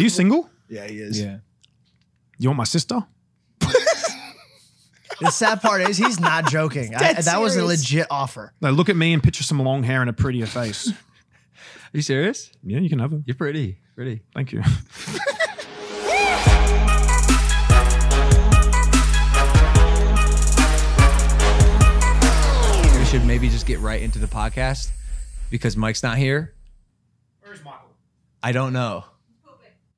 Are you single? Yeah, he is. Yeah. You want my sister? The sad part is he's not joking. I, dead that was a serious. legit offer. Now look at me and picture some long hair and a prettier face. Are you serious? yeah, you can have her. You're pretty. Pretty. Thank you. We should maybe just get right into the podcast because Mike's not here. Where's Michael? I don't know.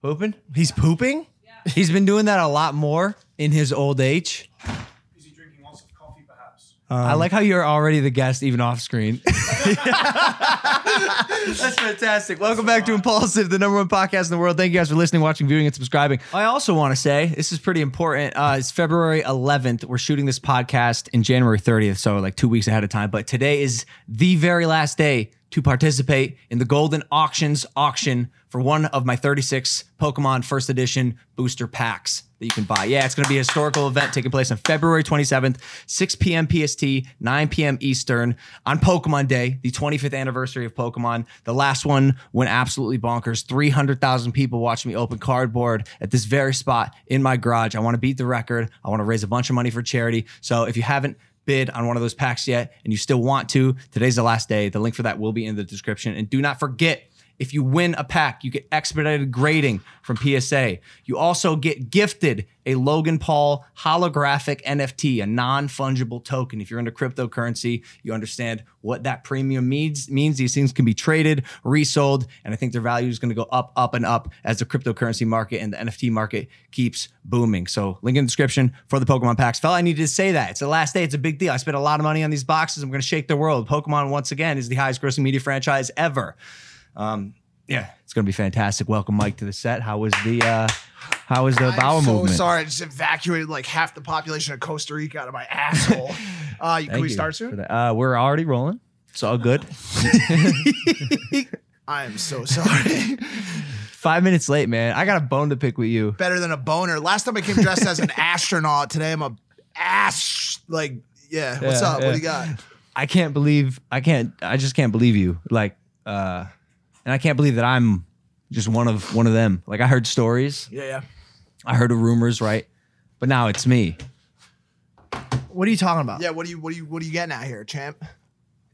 Pooping? He's pooping? He's been doing that a lot more in his old age. Is he drinking lots of coffee, perhaps? I like how you're already the guest, even off screen. That's fantastic. Welcome back to Impulsive, the number one podcast in the world. Thank you guys for listening, watching, viewing, and subscribing. I also want to say this is pretty important. Uh, it's February 11th. We're shooting this podcast in January 30th, so like two weeks ahead of time. But today is the very last day to participate in the Golden Auctions auction for one of my 36 Pokemon First Edition booster packs that you can buy. Yeah, it's going to be a historical event taking place on February 27th, 6 p.m. PST, 9 p.m. Eastern on Pokemon Day, the 25th anniversary of Pokemon. The last one went absolutely bonkers. 300,000 people watched me open cardboard at this very spot in my garage. I want to beat the record. I want to raise a bunch of money for charity. So if you haven't bid on one of those packs yet and you still want to, today's the last day. The link for that will be in the description. And do not forget, if you win a pack, you get expedited grading from PSA. You also get gifted a Logan Paul holographic NFT, a non-fungible token. If you're into cryptocurrency, you understand what that premium means. Means these things can be traded, resold, and I think their value is going to go up, up, and up as the cryptocurrency market and the NFT market keeps booming. So, link in the description for the Pokemon packs. Fell, I needed to say that. It's the last day. It's a big deal. I spent a lot of money on these boxes. I'm going to shake the world. Pokemon once again is the highest-grossing media franchise ever. Um, yeah, it's gonna be fantastic. Welcome, Mike, to the set. How was the uh, how was the bowel I'm so movement? sorry. I just evacuated like half the population of Costa Rica out of my asshole. Uh, you- can Thank we you start for soon? that. Uh, we're already rolling. It's all good. I am so sorry. Five minutes late, man. I got a bone to pick with you. Better than a boner. Last time I came dressed as an astronaut. Today I'm a ass. Like, yeah. What's Yeah, up? What yeah. do you got? I can't believe I can't. I just can't believe you. Like, uh, and I can't believe that I'm just one of one of them. Like, I heard stories. Yeah, yeah. I heard rumors, right? But now it's me. What are you talking about? Yeah. What do you? What do you? What are you getting at here, champ?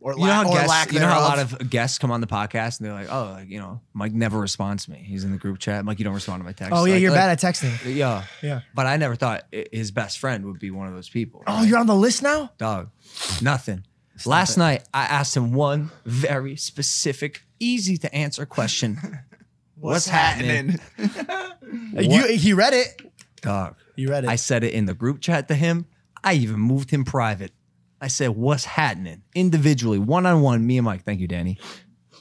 Or, You know how or guests, you know how a thereof? lot of guests come on the podcast and they're like, oh, like, you know, Mike never responds to me. He's in the group chat. Mike, you don't respond to my text. Oh yeah, Like- you're like- bad at texting. Yeah. Yeah. But I never thought i- his best friend would be one of those people. Oh, right? you're on the list now? dog. Nothing. Last night I asked him one very specific, easy to answer question. what's happening? You he read it. Dog. You read it. I said it in the group chat to him. I even moved him private. I said, What's happening? Individually, one on one, me and Mike. Thank you, Danny.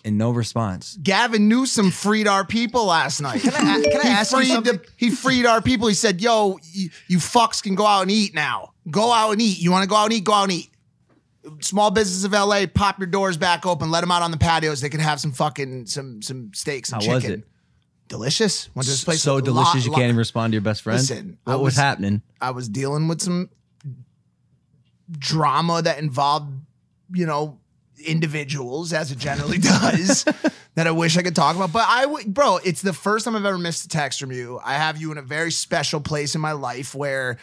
And no response. Gavin Newsom freed our people last night. Can I- can I he ask you freed something? The, he freed our people. He said, "Yo, you, you fucks can go out and eat now. Go out and eat. You want to go out and eat? Go out and eat." Small business of LA, pop your doors back open, let them out on the patios. They can have some fucking some some steaks and How chicken. was it? Delicious. Went to this place. so Lot- delicious you lot- can't even respond to your best friend. Listen, I what was, was- happening? I was dealing with some drama that involved, you know, individuals as it generally does that I wish I could talk about. But I would, bro, it's the first time I've ever missed a text from you. I have you in a very special place in my life where,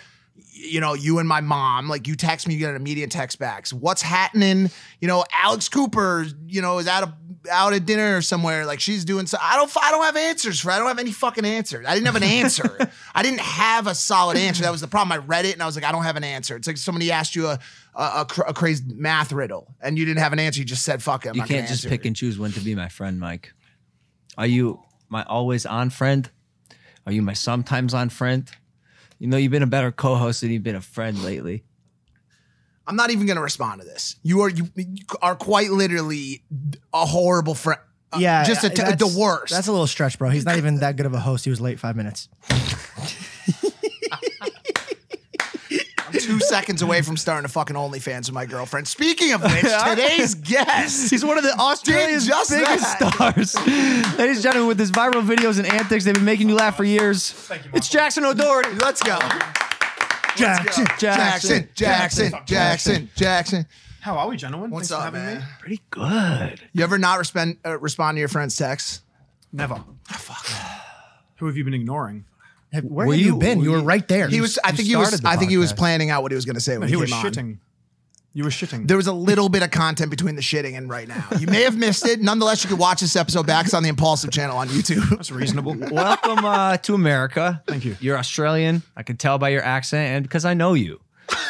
you know, you and my mom, like you text me, you get an immediate text back. So what's happening? You know, Alex Cooper, you know, is out of out at dinner or somewhere. Like she's doing so. I don't. I don't have answers for. I don't have any fucking answers. I didn't have an answer. I didn't have a solid answer. That was the problem. I read it and I was like, I don't have an answer. It's like somebody asked you a a, a, cr- a crazy math riddle and you didn't have an answer. You just said, "Fuck it." I'm You not gonna can't just answer pick it. and choose when to be my friend, Mike. Are you my always on friend? Are you my sometimes on friend? You know, you've been a better co-host than you've been a friend lately. I'm not even gonna respond to this. You are you, you are quite literally a horrible friend. yeah, just a t- I- that's- the worst. That's a little stretch, bro. He's not even that good of a host. He was late five minutes. two seconds away from starting a fucking OnlyFans with my girlfriend. Speaking of which, today's guest. He's one of the Australia's just biggest that. stars. Ladies and gentlemen, with his viral videos and antics, they've been making you laugh for years. you, Michael. it's Jackson O'Doherty. Let's go. Jackson. Jackson, Jackson, Jackson, Jackson. How are we, gentlemen? What's Thanks for up, having man? me. Pretty good. You ever not respond uh, respond to your friend's texts? Never. Ah, fuck. Who have you been ignoring? Have- Where Were have you, you- been? You were right there. He was. I you think he was. started the I think he was podcast. planning out what he was going to say when He he was came on. shitting. You were shitting. There was a little bit of content between the shitting and right now. You may have missed it. Nonetheless, you can watch this episode back. It's on the Impulsive channel on YouTube. That's reasonable. Welcome uh, to America. Thank you. You're Australian. I can tell by your accent and because I know you.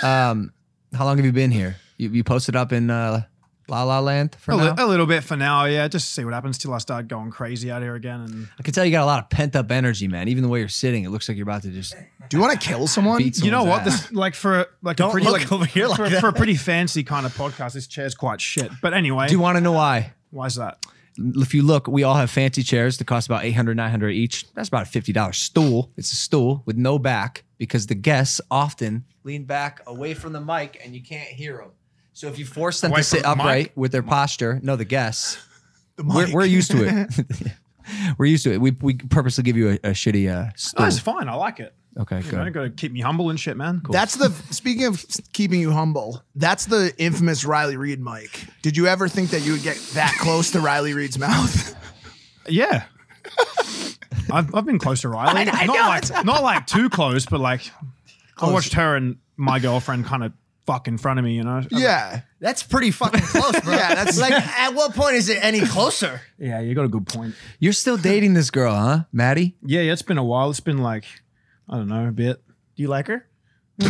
Um, how long have you been here? You, you posted up in uh, La La Land for A, now? li- a little bit for now, yeah. Just see what happens till I start going crazy out here again. And I can tell you got a lot of pent up energy, man. Even the way you're sitting, it looks like you're about to just Do you want to kill someone? beat you know someone's what? ass. This like for like Don't a pretty look like, over here like for, that. for a pretty fancy kind of podcast. This chair's quite shit. But anyway, Do you want to know why? why is that? If you look, we all have fancy chairs that cost about 800 900 each. That's about a $50 stool. It's a stool with no back because the guests often lean back away from the mic and you can't hear them. So if you force them Away to from sit the mic? upright with their posture, no, the guests, we're, we're used to it. we're used to it. We, we purposely give you a, a shitty uh, No, stool. it's fine. I like it. okay, You know, good. got to keep me humble and shit, man. That's the speaking of keeping you humble. That's the infamous Riley Reed mic. Did you ever think that you would get that close to Riley Reed's mouth? Yeah. I've, I've been close to Riley. I- I not know like not like too close, but like I watched her and my girlfriend kind of fuck in front of me, you know. Yeah. That's pretty fucking close, bro. Yeah, that's- like at what point is it any closer? yeah, you got a good point. You're still dating this girl, huh, Maddie? Yeah, yeah, it's been a while. It's been like I don't know, a bit. Do you like her?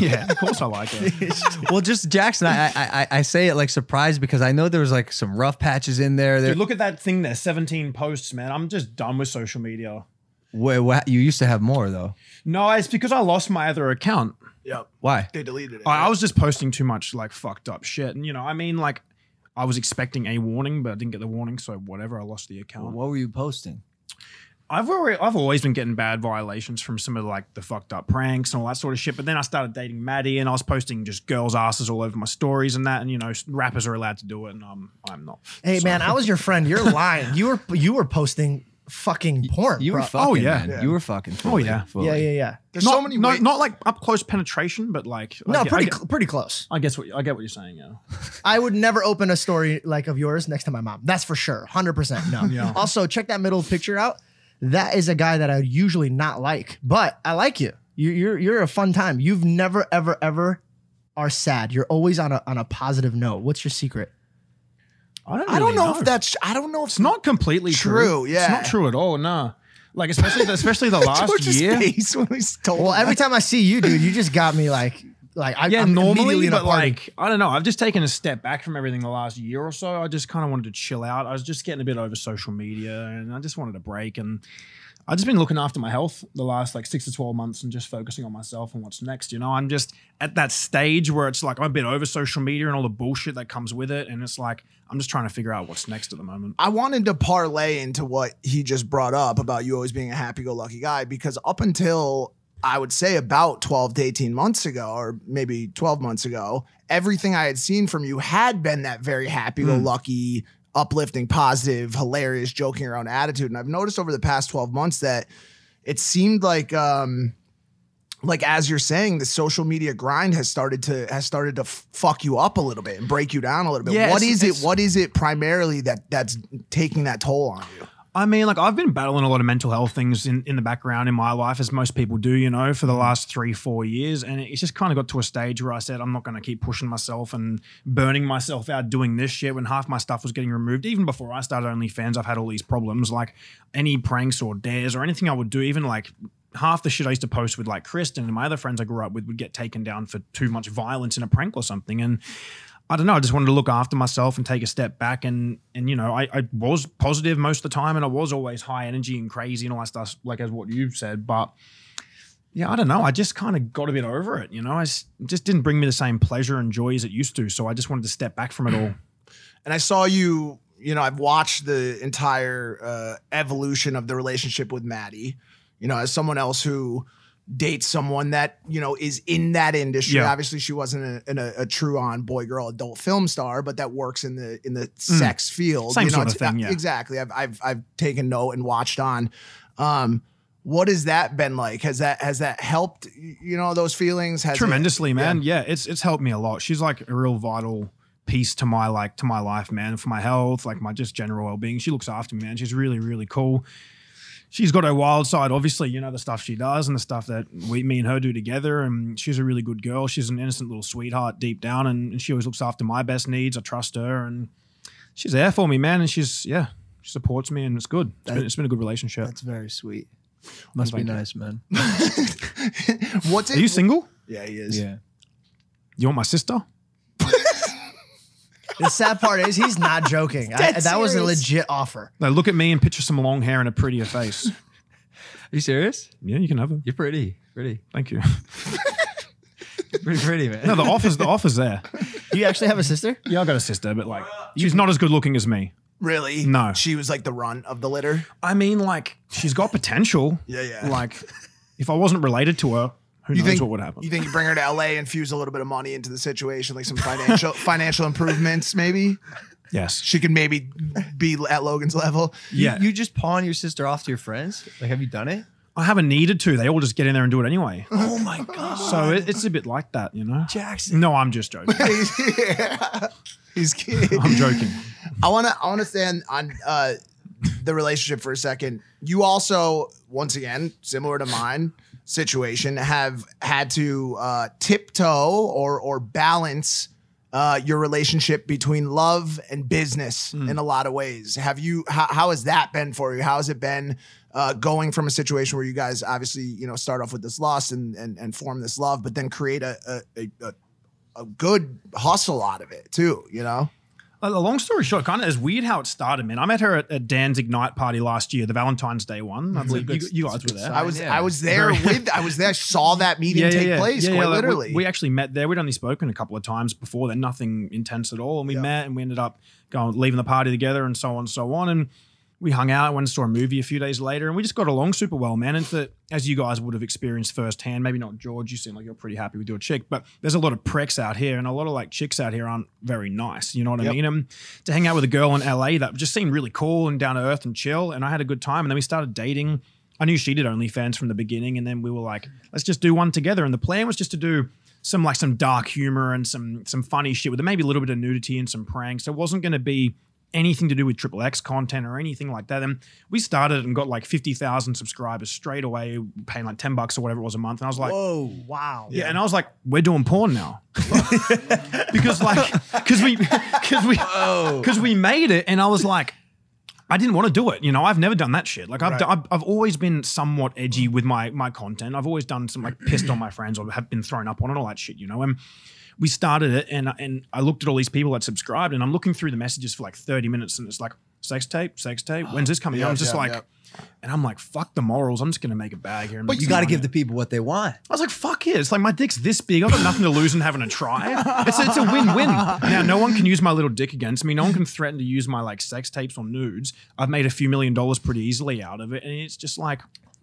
Yeah, of course I like her. well, just Jackson, I, I I I say it like surprised because I know there was like some rough patches in there. There, Dude, look at that thing there, 17 posts, man. I'm just done with social media. Wait, wha- you used to have more though. No, it's because I lost my other account. Yep. Why? They deleted it. I, I was just posting too much like fucked up shit. And you know, I mean like I was expecting a warning, but I didn't get the warning, so whatever, I lost the account. What were you posting? I've already, I've always been getting bad violations from some of like the fucked up pranks and all that sort of shit. But then I started dating Maddie, and I was posting just girls' asses all over my stories and that. And you know, rappers are allowed to do it, and I'm I'm not. Hey man, I was your friend. You're lying. You were you were posting fucking porn. You were bro. fucking. Oh, yeah. man. You were fucking. Oh, fully, yeah. fully. Yeah, yeah, yeah. There's not, so many. no- ways- not like up close penetration, but like I No, get- pretty I get, cl- pretty close. I guess what I get what you're saying. Yeah, I would never open a story like of yours next to my mom. That's for sure. 100% no. Yeah. Also, check that middle picture out. That is a guy that I would usually not like, but I like you. You're, you're, you're a fun time. You've never, ever, ever are sad. You're always on a, on a positive note. What's your secret? I don't. I don't really know, if that's. I don't know if It's not completely true. True, yeah. it's not true at all. Nah, like especially the, especially the last George's year. face when he's told. Well, every time I see you, dude, you just got me like, like I, Yeah, I'm immediately normally, in a but party. like I don't know. I've just taken a step back from everything the last year or so. I just kind of wanted to chill out. I was just getting a bit over social media, and I just wanted a break. And I've just been looking after my health the last like six to twelve months, and just focusing on myself and what's next. You know, I'm just at that stage where it's like I'm a bit over social media and all the bullshit that comes with it, and it's like I'm just trying to figure out what's next at the moment. I wanted to parlay into what he just brought up about you always being a happy-go-lucky guy because up until I would say about 12 to 18 months ago or maybe 12 months ago, everything I had seen from you had been that very happy-go-lucky, uplifting, positive, hilarious, joking around attitude and I've noticed over the past 12 months that it seemed like um like as you're saying, the social media grind has started to has started to f- fuck you up a little bit and break you down a little bit. Yeah, what it's- is it? it's- What is it primarily that that's taking that toll on you? I mean, like I've been battling a lot of mental health things in, in the background in my life, as most people do, you know, for the last three, four years. And it's just kind of got to a stage where I said, I'm not going to keep pushing myself and burning myself out doing this shit when half my stuff was getting removed. Even before I started OnlyFans, I've had all these problems, like any pranks or dares or anything I would do, even like half the shit I used to post with like Kristen and my other friends I grew up with would get taken down for too much violence in a prank or something. And I don't know. I just wanted to look after myself and take a step back. And and you know, I, I was positive most of the time, and I was always high energy and crazy and all that stuff, like as what you said. But yeah, I don't know. I just kind of got a bit over it. You know, I s- it just didn't bring me the same pleasure and joy as it used to. So I just wanted to step back from it all. And I saw you you know, I've watched the entire uh, evolution of the relationship with Maddie. You know, as someone else who dates someone that you know is in that industry. Yeah. Obviously, she wasn't a, an- a, a true on boy girl adult film star, but that works in the in the sex field. Hmm. Same you know, sort of it's- thing, yeah. Exactly. I've I've I've taken note and watched on. Um, what has that been like? Has that has that helped? You know, those feelings. Has it- tremendously man yeah. it's it's helped me a lot she's like a real vital piece to my like to my life man for my health like my just general well-being she looks after me man she's really really cool she's got her wild side obviously you know the stuff she does and the stuff that we me and her do together and she's a really good girl she's an innocent little sweetheart deep down and, and she always looks after my best needs i trust her and she's there for me man and she's yeah she supports me and it's good it's, been, it's been a good relationship That's very sweet. Must be be nice, man. What's it? are you single yeah, he is. Yeah. you want my sister The sad part is he's not joking. I, Dead that was a serious. legit offer. now look at me and picture some long hair and a prettier face Are you serious? yeah you can have her You're pretty. Pretty. Thank you. Pretty pretty, man. No, the offer's the offer's there. Ah, Do you actually have a sister? Yeah, I got a sister, but like she's not as good looking as me. Really? No. She was like the run of the litter. I mean, like she's got potential. Yeah, yeah. Like if I wasn't related to her, who knows what would happen? You think you bring her to LA, infuse a little bit of money into the situation, like some financial financial improvements, maybe yes. she could maybe be at Logan's level. Yeah. You just pawn your sister off to your friends? Like, have you done it? I haven't needed to. They all just get in there and do it anyway. Oh my god, So it, it's a bit like that, you know. Jackson. No, I'm just joking. He's kidding. I'm joking. I want to I want to stand on uh, the relationship for a second. You also, once again, similar to mine situation, have had to uh, tiptoe or or balance uh, your relationship between love and business in a lot of ways. Have you? How, how has that been for you? How has it been? Uh, going from a situation where you guys obviously you know start off with this loss and and, and form this love, but then create a a, a, a- a good hustle out of it too, you know. A a long story short, kind of is weird how it started, man. I met her at a Danzig night party last year, the Valentine's Day one. I believe you, you guys were there. I was yeah. I was there with I was there. I saw that meeting take place quite like, we- literally. we, actually met there. We'd only spoken a couple of times before then, nothing intense at all. And we met and we ended up going leaving the party together and so on and so on. And we hung out, went and saw a movie a few days later, and we just got along super well, man. And that as you guys would have experienced firsthand, maybe not George, you seem like you're pretty happy with your chick, but there's a lot of pricks out here, and a lot of like chicks out here aren't very nice. You know what I mean? And to hang out with a girl in LA that just seemed really cool and down to earth and chill, and I had a good time. And then we started dating. I knew she did OnlyFans from the beginning, and then we were like, let's just do one together. And the plan was just to do some like some dark humor and some some funny shit with it, maybe a little bit of nudity and some pranks. It wasn't going to be anything to do with triple X content or anything like that. And we started and got like fifty thousand subscribers straight away, paying like ten bucks or whatever it was a month. And I was like, Oh wow. yeah, and I was like, we're doing porn now, because like, because we, because we, because we made it, and I was like, I didn't want to do it. You know, I've never done that shit. Like, I've, done, I've I've always been somewhat edgy with my my content. I've always done some like pissed on my friends or have been thrown up on and all that shit. You know, and we started it, and and I looked at all these people that subscribed, and I'm looking through the messages for like 30 minutes, and it's like sex tape, sex tape. When's this coming? out? I'm just yeah, like. yeah. And I'm like, fuck the morals. I'm just gonna make a bag here. and But make you some got to money. give the people what they want. I was like, fuck it. It's like my dick's this big. I've got nothing to lose in having a try. It's, it's a win win. Now, no one can use my little dick against me. No one can threaten to use my like sex tapes or nudes. I've made a few million dollars pretty easily out of it. And it's just like,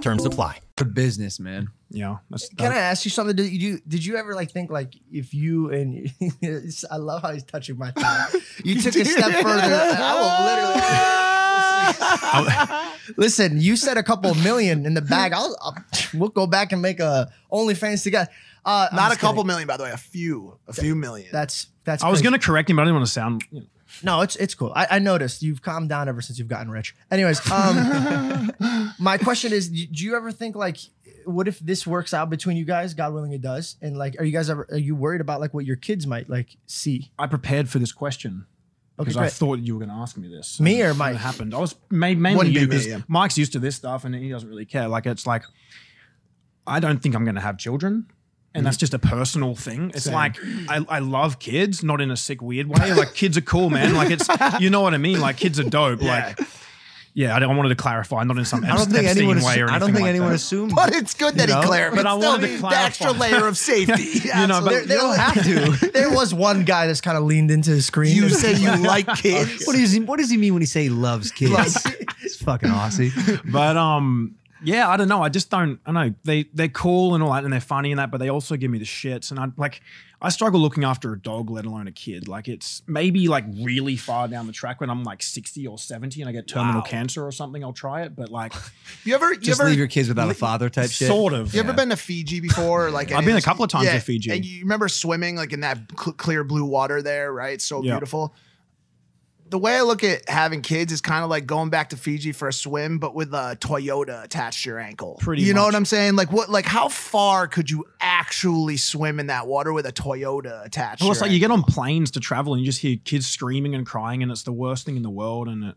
Terms apply. Good business, man. Yeah. That's, Can I ask you something? Did you did you ever like think like if you and I love how he's touching my thigh. You took a step further. and I will literally. Listen, you said a couple million in the bag. I'll, I'll we'll go back and make a OnlyFans together. Uh, I'm Not a just couple kidding. million, by the way, a few, a few million. That's that's. I was crazy. going to correct him, but I didn't want to sound. You know, No, it's it's cool. I, I noticed you've calmed down ever since you've gotten rich. Anyways, um, my question is: Do do you ever think like, what if this works out between you guys? God willing, it does. And like, are you guys ever are you worried about like what your kids might like see? I prepared for this question. Okay, because I great. thought you were going to ask me this. Me or It Mike? happened. I was ma- mainly Wouldn't be you me, because yeah. Mike's used to this stuff and he doesn't really care. Like it's like I don't think I'm going to have children. And that's just a personal thing. It's like I, I love kids, not in a sick, weird way. Like kids are cool, man. Like it's you know what I mean. Like kids are dope. Like yeah, I, don't, I wanted to clarify, not in some I don't think Epstein anyone. way or assu- I don't anything think like anyone that. assumed. But it's good that You know? he clarified. But I It's still wanted to the- clarify. The extra layer of safety. You know, but- Absolutely. There- there was- there was one guy that's kind of leaned into his screen. you say you like kids. What does he What does he mean when he say he loves kids? It's fucking Aussie. But um, yeah, I don't know. I just don't. I know they they're cool and all that, and they're funny and that, but they also give me the shits. And I like, I struggle looking after a dog, let alone a kid. Like it's maybe like really far down the track when I'm like sixty or seventy and I get terminal cancer or something. I'll try it, but like, You ever? You Just ever? leave your kids without a father type shit. sort of. You ever been to Fiji before? Or like I've any been a of those- couple of times to Fiji. And you remember swimming like in that cl- clear blue water there, right? So Yeah. beautiful. The way I look at having kids is kind of like going back to Fiji for a swim, but with a Toyota attached to your ankle. Pretty you know much. what I'm saying? Like what? Like how far could you actually swim in that water with a Toyota attached? Well, to it's your like you ankle? get on planes to travel and you just hear kids screaming and crying, and it's the worst thing in the world. And it,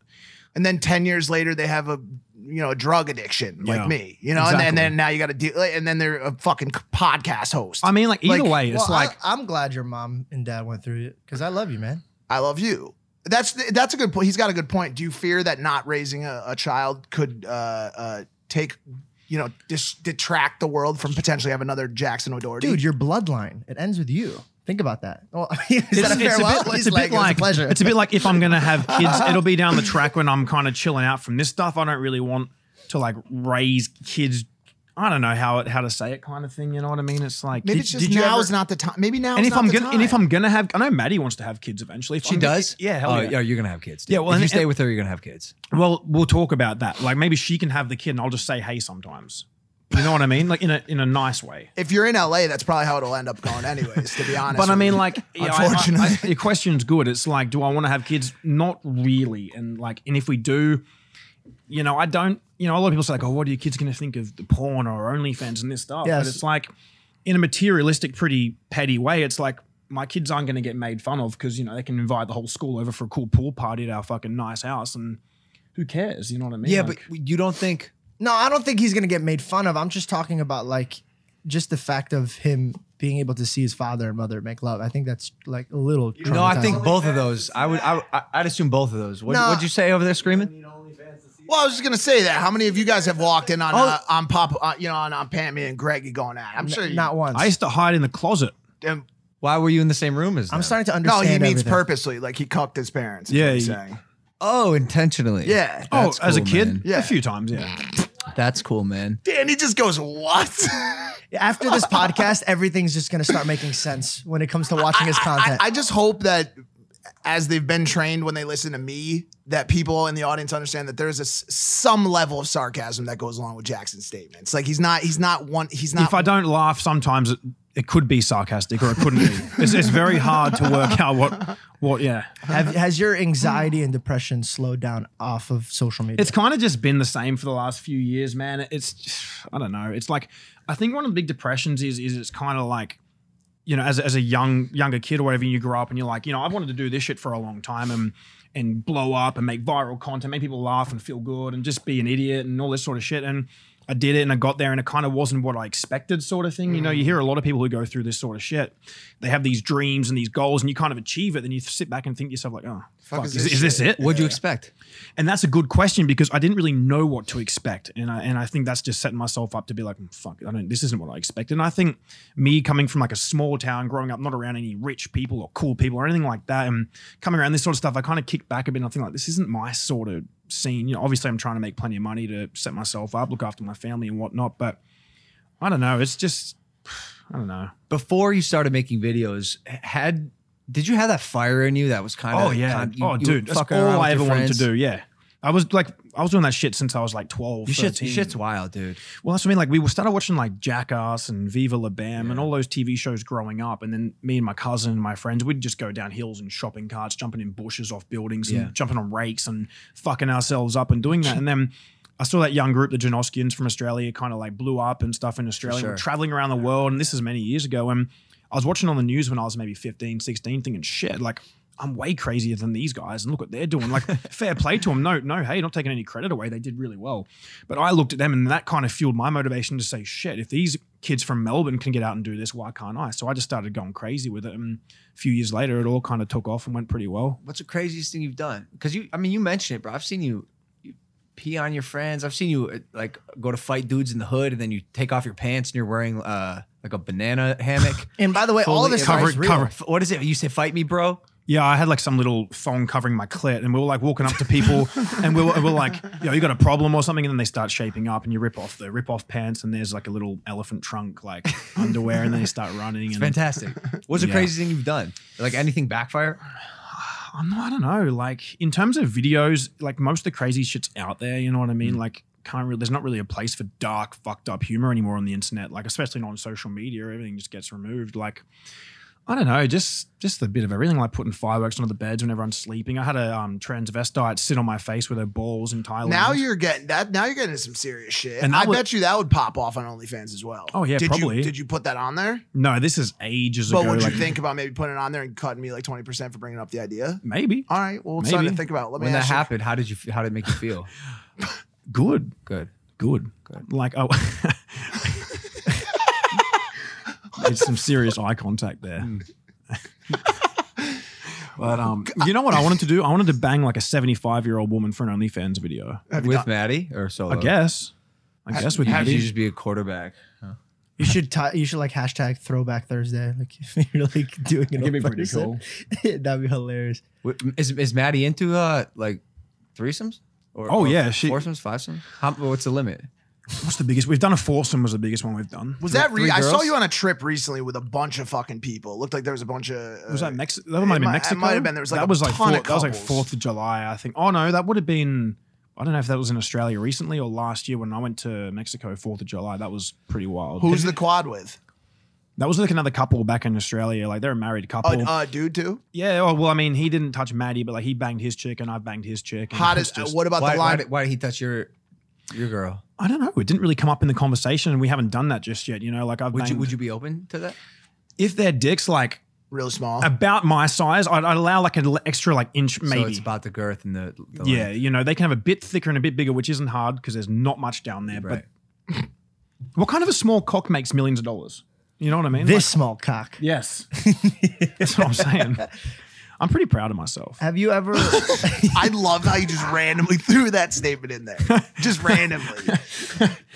and then 10 years later they have a you know a drug addiction Yeah. like me you know and, Exactly. and then now you got to deal and then they're a fucking c- podcast host I mean, like either way, it's Well, I- like I'm glad your mom and dad went through it because I love you, man. i love you that's th- that's a good point he's got a good point do you fear that not raising a, a child could uh uh take you know dis- detract the world from potentially have another jackson o'doherty Dude, your bloodline it ends with you. Think about that. Well, is that a it's farewell? bit- It's like, it was a pleasure. It's a bit like if I'm gonna have kids, it'll be down the track when I'm kind of chilling out from this stuff. I don't really want to like raise kids. I don't know how it, how to say it, kind of thing. You know what I mean? It's like maybe did- it's just did you now ever- is not the time maybe now And is if not I'm the gonna and if time. I'm gonna have, I know Maddie wants to have kids eventually. If She I'm gonna- does. yeah, hell Oh, yeah. yeah. You're gonna have kids. Dude. Yeah, well, if and- you stay and- with her, you're gonna have kids. Well, we'll talk about that. Like maybe she can have the kid, and I'll just say hey sometimes. You know what I mean? Like in a in a nice way. if you're in la that's probably how it'll end up going anyways to be honest But I with mean, you. like, yeah, I- I- Unfortunately. I- your question's good. It's like, do I want to have kids? Not really. And like, and if we do, you know, I don't. You know, a lot of people say like, oh, what are your kids going to think of the porn or OnlyFans and this stuff? Yes. But it's like, in a materialistic, pretty petty way, it's like my kids aren't going to get made fun of because you know they can invite the whole school over for a cool pool party at our fucking nice house, and who cares? You know what I mean? Yeah, Like, but you don't think No, I don't think he's gonna get made fun of. I'm just talking about like just the fact of him being able to see his father and mother make love. I think that's like a little. No, I traumatizing. think both of those. I would. I, I- I'd assume both of those. What, No. What'd you say over there screaming? Well, I was just gonna say that. How many of you guys have walked in on uh, Oh. on Pop, uh, you know, on, on Pammy and Greggy going at? it? I'm sure you, not once. I used to hide in the closet. um, Why were you in the same room as? I'm them? starting to no, understand. he means everything. purposely. Like he cucked his parents. is Yeah, what he's he- saying. Oh, intentionally. Yeah. Oh, That's as a cool, kid, man. yeah, Yeah. a few times, yeah. That's cool, man. Dan, he just goes what? After this podcast, everything's just gonna start making sense when it comes to watching his I, content. I just hope that as they've been trained when they listen to me, that people in the audience understand that there's a s- some level of sarcasm that goes along with Jackson's statements. Like he's not he's not one he's not if I don't laugh, sometimes it, it could be sarcastic or it couldn't be. It's, it's very hard to work out what, what, yeah. Have, has your anxiety and depression slowed down off of social media? It's kind of just been the same for the last few years, man. It's, I don't know. It's like, I think one of the big depressions is, is it's kind of like, you know, as, as a young, younger kid or whatever, you grow up and you're like, you know, I've wanted to do this shit for a long time and, and blow up and make viral content, make people laugh and feel good and just be an idiot and all this sort of shit. And I did it and I got there and it kind of wasn't what I expected, sort of thing. You know, you hear a lot of people who go through this sort of shit. They have these dreams and these goals and you kind of achieve it. Then you sit back and think to yourself, like, oh, fuck, is is, this is this it? What'd you expect? And that's a good question because I didn't really know what to expect, and I and I think that's just setting myself up to be like, "Mm, fuck, I don't. This isn't what I expected. And I think me coming from like a small town, growing up not around any rich people or cool people or anything like that, and coming around this sort of stuff, I kind of kicked back a bit. and I think like this isn't my sort of scene. You know, obviously I'm trying to make plenty of money to set myself up, look after my family and whatnot, but I don't know. It's just I don't know. Before you started making videos, had did you have that fire in you that was kind of? oh yeah. kind- you- oh you dude, were that's fucking around all with I your ever wanted to friends? do. Yeah. I was like, I was doing that shit since I was like 12. Your shit's, 13. your shit's wild, dude. Well, that's what I mean. Like we started watching like Jackass and Viva La Bam and all those TV shows growing up, and then me and my cousin and my friends we'd just go down hills in shopping carts, jumping in bushes off buildings, Yeah. and jumping on rakes and fucking ourselves up and doing that. and then I saw that young group, the Janoskians from Australia, kind of like blew up and stuff in Australia. sure. We're traveling around the world, and this is many years ago. And I was watching on the news when I was maybe 15, 16, thinking, shit, like I'm way crazier than these guys, and look what they're doing. Like, fair play to them. No, no, hey, not taking any credit away. They did really well. But I looked at them, and that kind of fueled my motivation to say, shit, if these kids from Melbourne can get out and do this, why can't I? So I just started going crazy with it. And a few years later, it all kind of took off and went pretty well. What's the craziest thing you've done? Because you, I mean, you mentioned it, bro. I've seen you, you pee on your friends. I've seen you uh, like go to fight dudes in the hood, and then you take off your pants and you're wearing uh like a banana hammock. And by the way, all Fully of this covered- cover, is real. covered. F- what is it? You say fight me, bro. Yeah, I had like some little phone covering my clit, and we were like walking up to people, and we were, we were like, "Yo, you got a problem or something?" And then they start shaping up, and you rip off the rip off pants, and there's like a little elephant trunk like underwear, and then they start running. And Fantastic. What's the Yeah. Oh, craziest thing you've done? Like anything backfire? I'm not, I don't know, like in terms of videos, like most of the crazy shit's out there. You know what I mean? Like, can't really. There's not really a place for dark, fucked up humor anymore on the internet. Like, especially not on social media. Everything just gets removed. Like. I don't know, just just a bit of everything, like putting fireworks under the beds when everyone's sleeping. I had a um, transvestite sit on my face with her balls in Thailand. Now you're getting that. Now you're getting into some serious shit. And And that I would- bet you that would pop off on OnlyFans as well. Oh, yeah, did probably. You, did you put that on there? no, this is ages but ago. would like, you think about maybe putting it on there and cutting me like twenty percent for bringing up the idea? Maybe All right. Well, it's something Maybe. to think about. Let me when that ask you- happened, how did you? f- How did it make you feel? good, Good. good, good. Like oh, it's some serious eye contact there. Hmm. but um, you know what I wanted to do? I wanted to bang like a seventy-five-year-old woman for an OnlyFans video. with Maddie or solo? Oh. I guess. I guess with How did you Maddie. just be a quarterback? You should t- you should like hashtag Throwback Thursday. Like if you're like doing it, That'd in be pretty person. That'd be hilarious. Wh- Is is Maddie into uh like threesomes? Or, Oh, or yeah, she- foursomes, fivesomes. How, what's the limit? What's the biggest? We've done a foursome. Was the biggest one we've done. Was that three real? I saw girls? you on a trip recently with a bunch of fucking people. Looked like there was a bunch of. Uh, Was that Mexico? That might have might- been it Mexico. might have been. There was, like, that a was like ton four- of that was like couples. Fourth of July, I think. Oh no, that would have been. I don't know if that was in Australia recently or last year when I went to Mexico Fourth of July. That was pretty wild. Who's the quad with? That was like another couple back in Australia. Like they're a married couple. Uh, Oh, uh, dude, too. yeah. Oh, well, I mean, he didn't touch Maddie, but like he banged his chick and I banged his chick. and How it was does? uh, just- what about Why, the why line? did, why did he touch your your girl? I don't know. It didn't really come up in the conversation, and we haven't done that just yet. You know, like I've Would you banged- Would you be open to that? if their dicks like real small. about my size, I'd, I'd allow like an l- extra like inch maybe. So it's about the girth and the, the yeah, length. you know, they can have a bit thicker and a bit bigger, which isn't hard because there's not much down there. Right. But what kind of a small cock makes millions of dollars? You know what I mean? This small cock. Like- yes. That's what I'm saying. I'm pretty proud of myself. Have you ever? I love how you just randomly threw that statement in there, just randomly.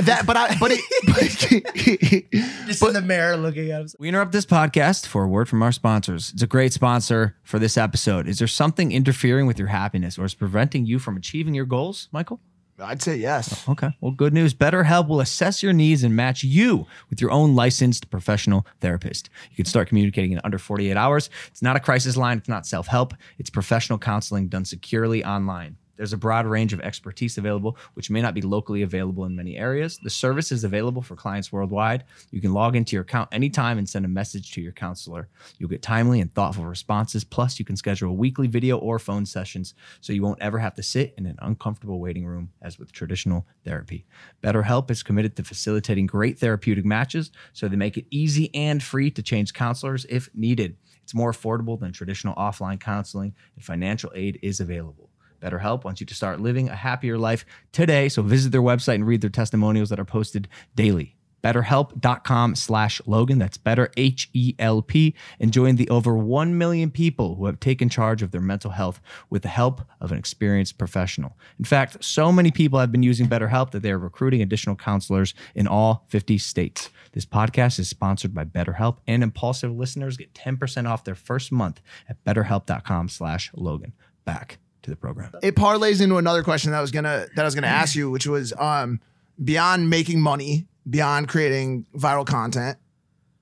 That, but I, but it, but, just in the mirror looking at him. We interrupt this podcast for a word from our sponsors. It's a great sponsor for this episode. Is there something interfering with your happiness or is preventing you from achieving your goals, Michael? I'd say yes. Okay. Well, good news. BetterHelp will assess your needs and match you with your own licensed professional therapist. You can start communicating in under 48 hours. It's not a crisis line, it's not self help, it's professional counseling done securely online. There's a broad range of expertise available, which may not be locally available in many areas. The service is available for clients worldwide. You can log into your account anytime and send a message to your counselor. You'll get timely and thoughtful responses. Plus, you can schedule weekly video or phone sessions so you won't ever have to sit in an uncomfortable waiting room as with traditional therapy. BetterHelp is committed to facilitating great therapeutic matches so they make it easy and free to change counselors if needed. It's more affordable than traditional offline counseling, and financial aid is available. BetterHelp wants you to start living a happier life today. So visit their website and read their testimonials that are posted daily. BetterHelp.com slash Logan. That's better H E L P. And join the over 1 million people who have taken charge of their mental health with the help of an experienced professional. In fact, so many people have been using BetterHelp that they are recruiting additional counselors in all 50 states. This podcast is sponsored by BetterHelp, and impulsive listeners get 10% off their first month at betterhelp.com slash Logan. Back to the program. It parlays into another question that I was gonna that I was gonna ask you, which was um beyond making money, beyond creating viral content,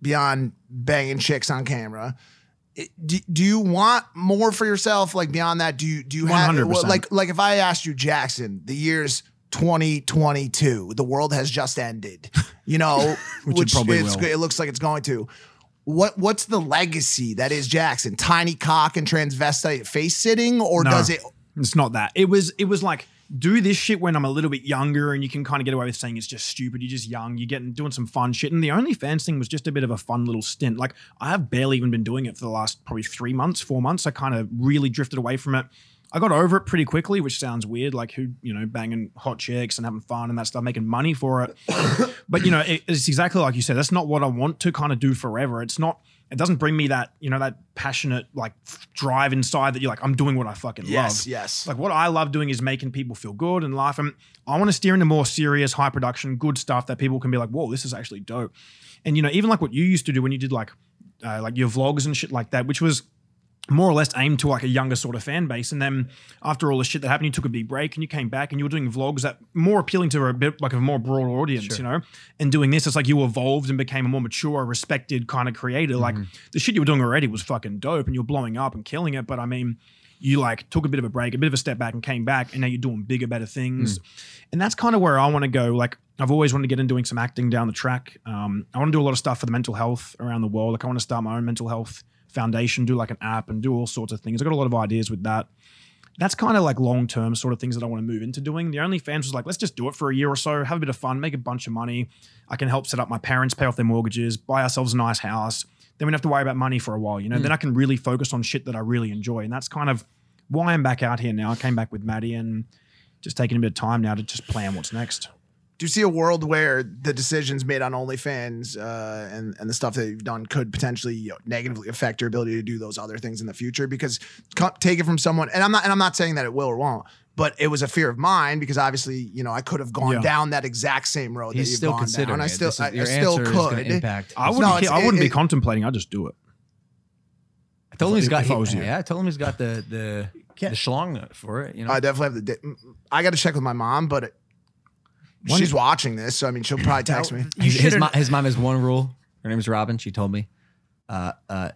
beyond banging chicks on camera. it- Do, do you want more for yourself? Like beyond that, do you do you have 100%. like like if I asked you, Jackson, the year's 2022, the world has just ended. You know, Which it probably it's, will. it looks like it's going to. What what's the legacy that is Jackson? Tiny cock and transvestite face sitting, or No. does it It's not that. It was. It was like do this shit when I'm a little bit younger and you can kind of get away with saying it's just stupid. You're just young. You're getting doing some fun shit. And the OnlyFans thing was just a bit of a fun little stint. Like I have barely even been doing it for the last probably three months, four months. I kind of really drifted away from it. I got over it pretty quickly, which sounds weird, like who, you know, banging hot chicks and having fun and that stuff, making money for it. but, you know, it, it's exactly like you said. That's not what I want to kind of do forever. It's not, it doesn't bring me that, you know, that passionate like f- drive inside that you're like, I'm doing what I fucking Yes, love. yes. Like what I love doing is making people feel good and laugh. And I want to steer into more serious, high production, good stuff that people can be like, whoa, this is actually dope. And, you know, even like what you used to do when you did like, uh, like your vlogs and shit like that, which was, more or less aimed to like a younger sort of fan base. And then after all the shit that happened, you took a big break and you came back and you were doing vlogs that more appealing to a bit like a more broad audience, you know. And doing this, it's like you evolved and became a more mature, respected kind of creator. Like the shit you were doing already was fucking dope and you're blowing up and killing it. But I mean, you like took a bit of a break, a bit of a step back, and came back, and now you're doing bigger, better things. And that's kind of where I want to go. Like I've always wanted to get into doing some acting down the track. Um, I want to do a lot of stuff for the mental health around the world. Like I want to start my own mental health foundation, do like an app, and do all sorts of things. I got a lot of ideas with that. That's kind of like long term sort of things that I want to move into doing. The OnlyFans was like, let's just do it for a year or so, have a bit of fun, make a bunch of money. I can help set up my parents, pay off their mortgages, buy ourselves a nice house. Then we don't have to worry about money for a while, you know. Then I can really focus on shit that I really enjoy, and that's kind of why I'm back out here now. I came back with Maddie and just taking a bit of time now to just plan what's next. Do you see a world where the decisions made on OnlyFans uh, and and the stuff that you've done could potentially you know, negatively affect your ability to do those other things in the future? Because co- take it from someone, and I'm not and I'm not saying that it will or won't, but it was a fear of mine because obviously you know I could have gone Yeah. down that exact same road that He's you've still gone considering down. I it. still This is- I, I your still answer is gonna could. impact. I wouldn't. No, care. it's- I wouldn't it- be it- contemplating. I just do it. I told him he's If- got. if I was you. yeah, I told him he's got the the, the schlong for it. You know, I definitely have the. Di- I got to check with my mom, but it, One- she's watching this, so I mean she'll probably text me. his, his, mo- his mom has one rule. Her name is Robin. She told me, uh, uh,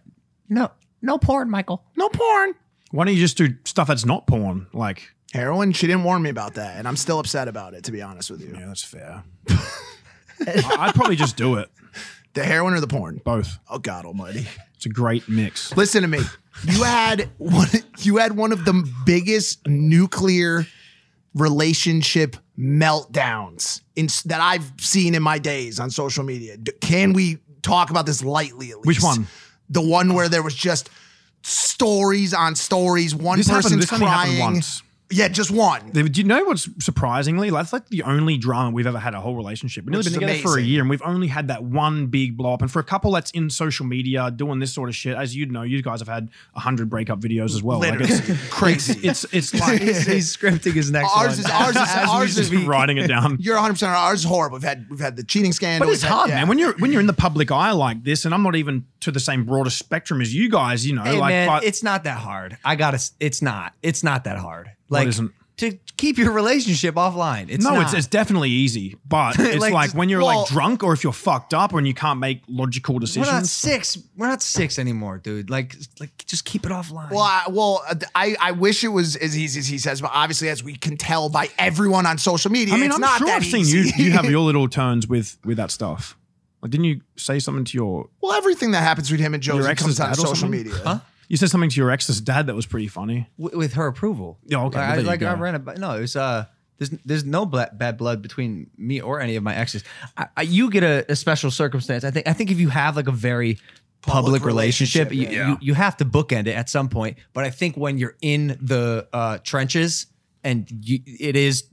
no, no porn, Michael. No porn. Why don't you just do stuff that's not porn? Like, Heroin. She didn't warn me about that, and I'm still upset about it. To be honest with you, yeah, that's fair. I- I'd probably just do it. the heroin or the porn. Both. Oh God Almighty! It's a great mix. Listen to me. You had one. You had one of the biggest nuclear relationship meltdowns in, that I've seen in my days on social media. D- Can we talk about this lightly? At least? Which one? The one where there was just stories on stories. One This person's happened. This only crying. happened once. Yeah, just one. David, Do you know what's surprisingly? That's like the only drama we've ever had a whole relationship. We've only Which been is together for a amazing. year, and we've only had that one big blow up. And for a couple that's in social media doing this sort of shit, as you'd know, you guys have had hundred breakup videos as well. Like Literally Oh, it's, crazy. it's it's like He's, he's scripting his next Ours one. is- ours is- As we ours is- speak. writing it down. You're 100 percent ours is horrible. We've had we've had the cheating scandal. But it's We've had- hard, yeah. man. When you're when you're in the public eye like this, and I'm not even to the same broader spectrum as you guys, you know, Hey like man, but it's not that hard. I gotta. s- It's not. It's not that hard. Like isn't? to keep your relationship offline. It's no, not. it's it's definitely easy, but it's Like, like, just- when you're well- like drunk or if you're fucked up or and you can't make logical we're not decisions. six. We're not six anymore, dude. Like, like just keep it offline. Well, I, well, uh, I, I wish it was as easy as he says, but obviously, as we can tell by everyone on social media, I mean, it's I'm not sure that I've seen you easy. you have your little turns with with that stuff. Like, didn't you say something to your well, everything that happens with him and Josie ex's comes on dad or social something? media. you said something to your ex's dad that was pretty funny. Wi- with her approval. Yeah, okay, Like, well, I, there you like I go. ran a no. It was uh. There's there's no bla- bad blood between me or any of my exes. I, I, you get a, a special circumstance. I think I think if you have like a very public, Public relationship, relationship, you, you you have to bookend it at some point. But I think when you're in the uh, trenches and you, it is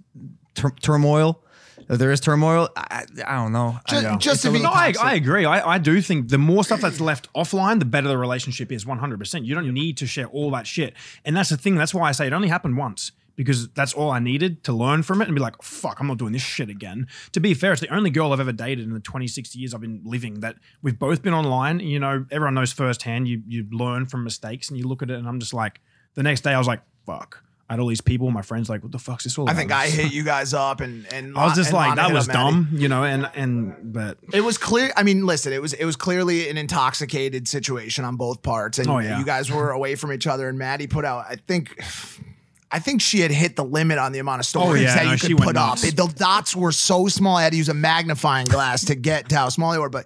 tur- turmoil, there is turmoil. I, I don't know. I Ju- know. Just, It's a to be, No, I, I agree. I, I do think the more stuff that's left offline, the better the relationship is 100%. You don't need to share all that shit. And that's the thing. That's why I say it only happened once because that's all I needed to learn from it and be like, fuck, I'm not doing this shit again. To be fair, it's the only girl I've ever dated in the 26 years I've been living that we've both been online. You know, everyone knows firsthand. You, you learn from mistakes and you look at it. And I'm just like, the next day I was like, fuck. I had all these people, my friends like, what the fuck's this all I about? think I hit you guys up, and and I was just and like, Lana that hit was up Maddie. dumb, you know, and, and, but It was clear. I mean, listen, it was it was clearly an intoxicated situation on both parts, and Oh, yeah. you guys were away from each other. And Maddie put out, I think, I I think she had hit the limit on the amount of stories Oh, yeah, that no, you she could went put up. nuts. It- the dots were so small, I had to use a magnifying glass to get to how small they were. But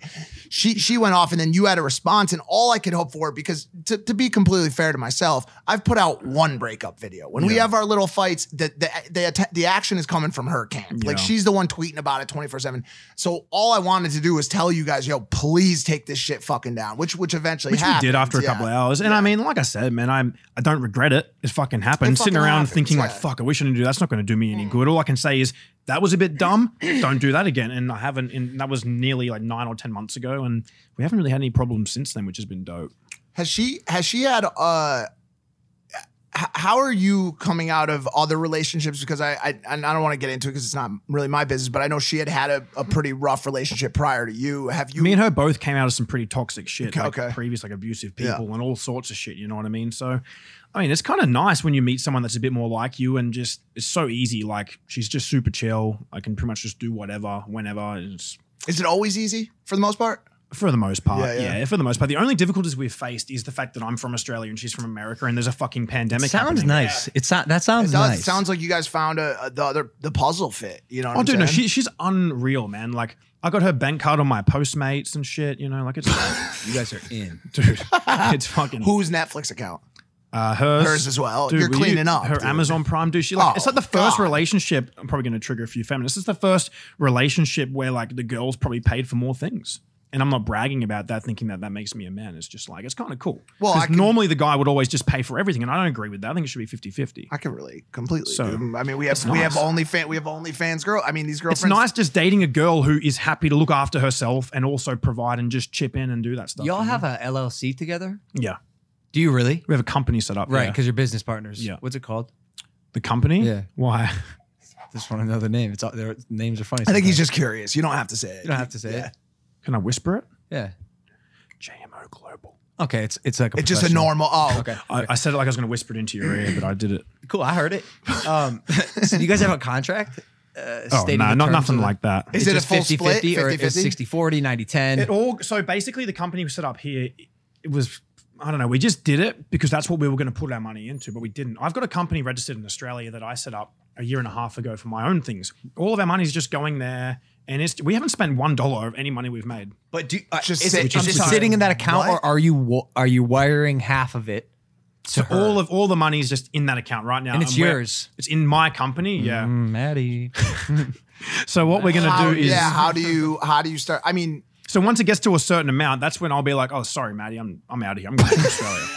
she she went off, and then you had a response, and all I could hope for because to, to be completely fair to myself, I've put out one breakup video. When we have our little fights, the the the, att- the action is coming from her camp. Like Yeah. she's the one tweeting about it twenty four seven. So all I wanted to do was tell you guys, yo, please take this shit fucking down. Which which eventually Which happened. we did after a Yeah. couple of hours. And I mean, like I said, man, I'm I don't regret it. It fucking happened. It Sitting fucking around happens, thinking like, yeah. Mm. fuck, I wish I didn't do that. That's not gonna do me any good. All I can say is that was a bit dumb. don't do that again. And I haven't and that was nearly like nine or ten months ago. And we haven't really had any problems since then, which has been dope. Has she has she had uh h- how are you coming out of other relationships? Because I I, and I don't want to get into it because it's not really my business, but I know she had had a, a pretty rough relationship prior to you. Have you? me and her both came out of some pretty toxic shit, Okay, like okay. previous like abusive Yeah. people and all sorts of shit. You know what I mean? So, I mean, it's kind of nice when you meet someone that's a bit more like you and just it's so easy. Like she's just super chill. I can pretty much just do whatever, whenever. It's, is it always easy for the most part? for the most part, Yeah, yeah, yeah. For the most part, the only difficulties we've faced is the fact that I'm from Australia and she's from America, and there's a fucking pandemic. sounds happening. nice. It so- that sounds It does. nice. It sounds like you guys found a, a- the other the puzzle fit. You know? What Oh, I'm dude, no, saying? she, she's unreal, man. Like I got her bank card on my Postmates and shit. You know, like it's, you guys are in. dude, it's fucking Whose Netflix account? Uh, hers, Hers as well. You're will cleaning up, Her dude. Amazon Prime, dude. She like Oh, it's like the first God. relationship. I'm probably going to trigger a few feminists. It's the first relationship where like the girls probably paid for more things. And I'm not bragging about that, thinking that that makes me a man. It's just like it's kind of cool. Well, I 'Cause can- normally the guy would always just pay for everything, and I don't agree with that. I think it should be 50-50. I can relate completely. So, dude. I mean, we have we nice. have only fan we have only fans girl. I mean, these It's girlfriends. nice just dating a girl who is happy to look after herself and also provide and just chip in and do that stuff. Y'all you know? have a LLC together? yeah, Do you really? we have a company set up, Right, yeah. because you're business partners. Yeah. What's it called? The company, Yeah. Why? Just want to know the name. It's all, their names are funny. I think he's sometimes. just curious. You don't have to say it. You don't have to say it. Can I whisper it? Yeah. JMO Global. Okay. It's it's like a It's just a professional- normal. Oh, Okay. I, I said it like I was going to whisper it into your ear, but I did it. Cool. I heard it. Um, so do you guys have a contract? Uh, Oh, no, stating the not terms nothing of the- like that. Is it a just full 50-50 split? or 50-50? it's 60 40, 90 10? It all so basically the company we set up here, it was I don't know. We just did it because that's what we were going to put our money into, but we didn't. I've got a company registered in Australia that I set up a year and a half ago for my own things. All of our money's just going there, and it's we haven't spent one dollar of any money we've made. but do uh, Just is sit- it, just just sit. sitting in that account What? or are you wa- are you wiring half of it to So her? all of all the money is just in that account right now, and it's we're- yours. It's in my company, yeah. Oh, Mm, Maddie. So what we're going How- to do is yeah. How do you how do you start? I mean, So once it gets to a certain amount, that's when I'll be like, "Oh, sorry, Maddie, I'm I'm out of here. I'm going to Australia."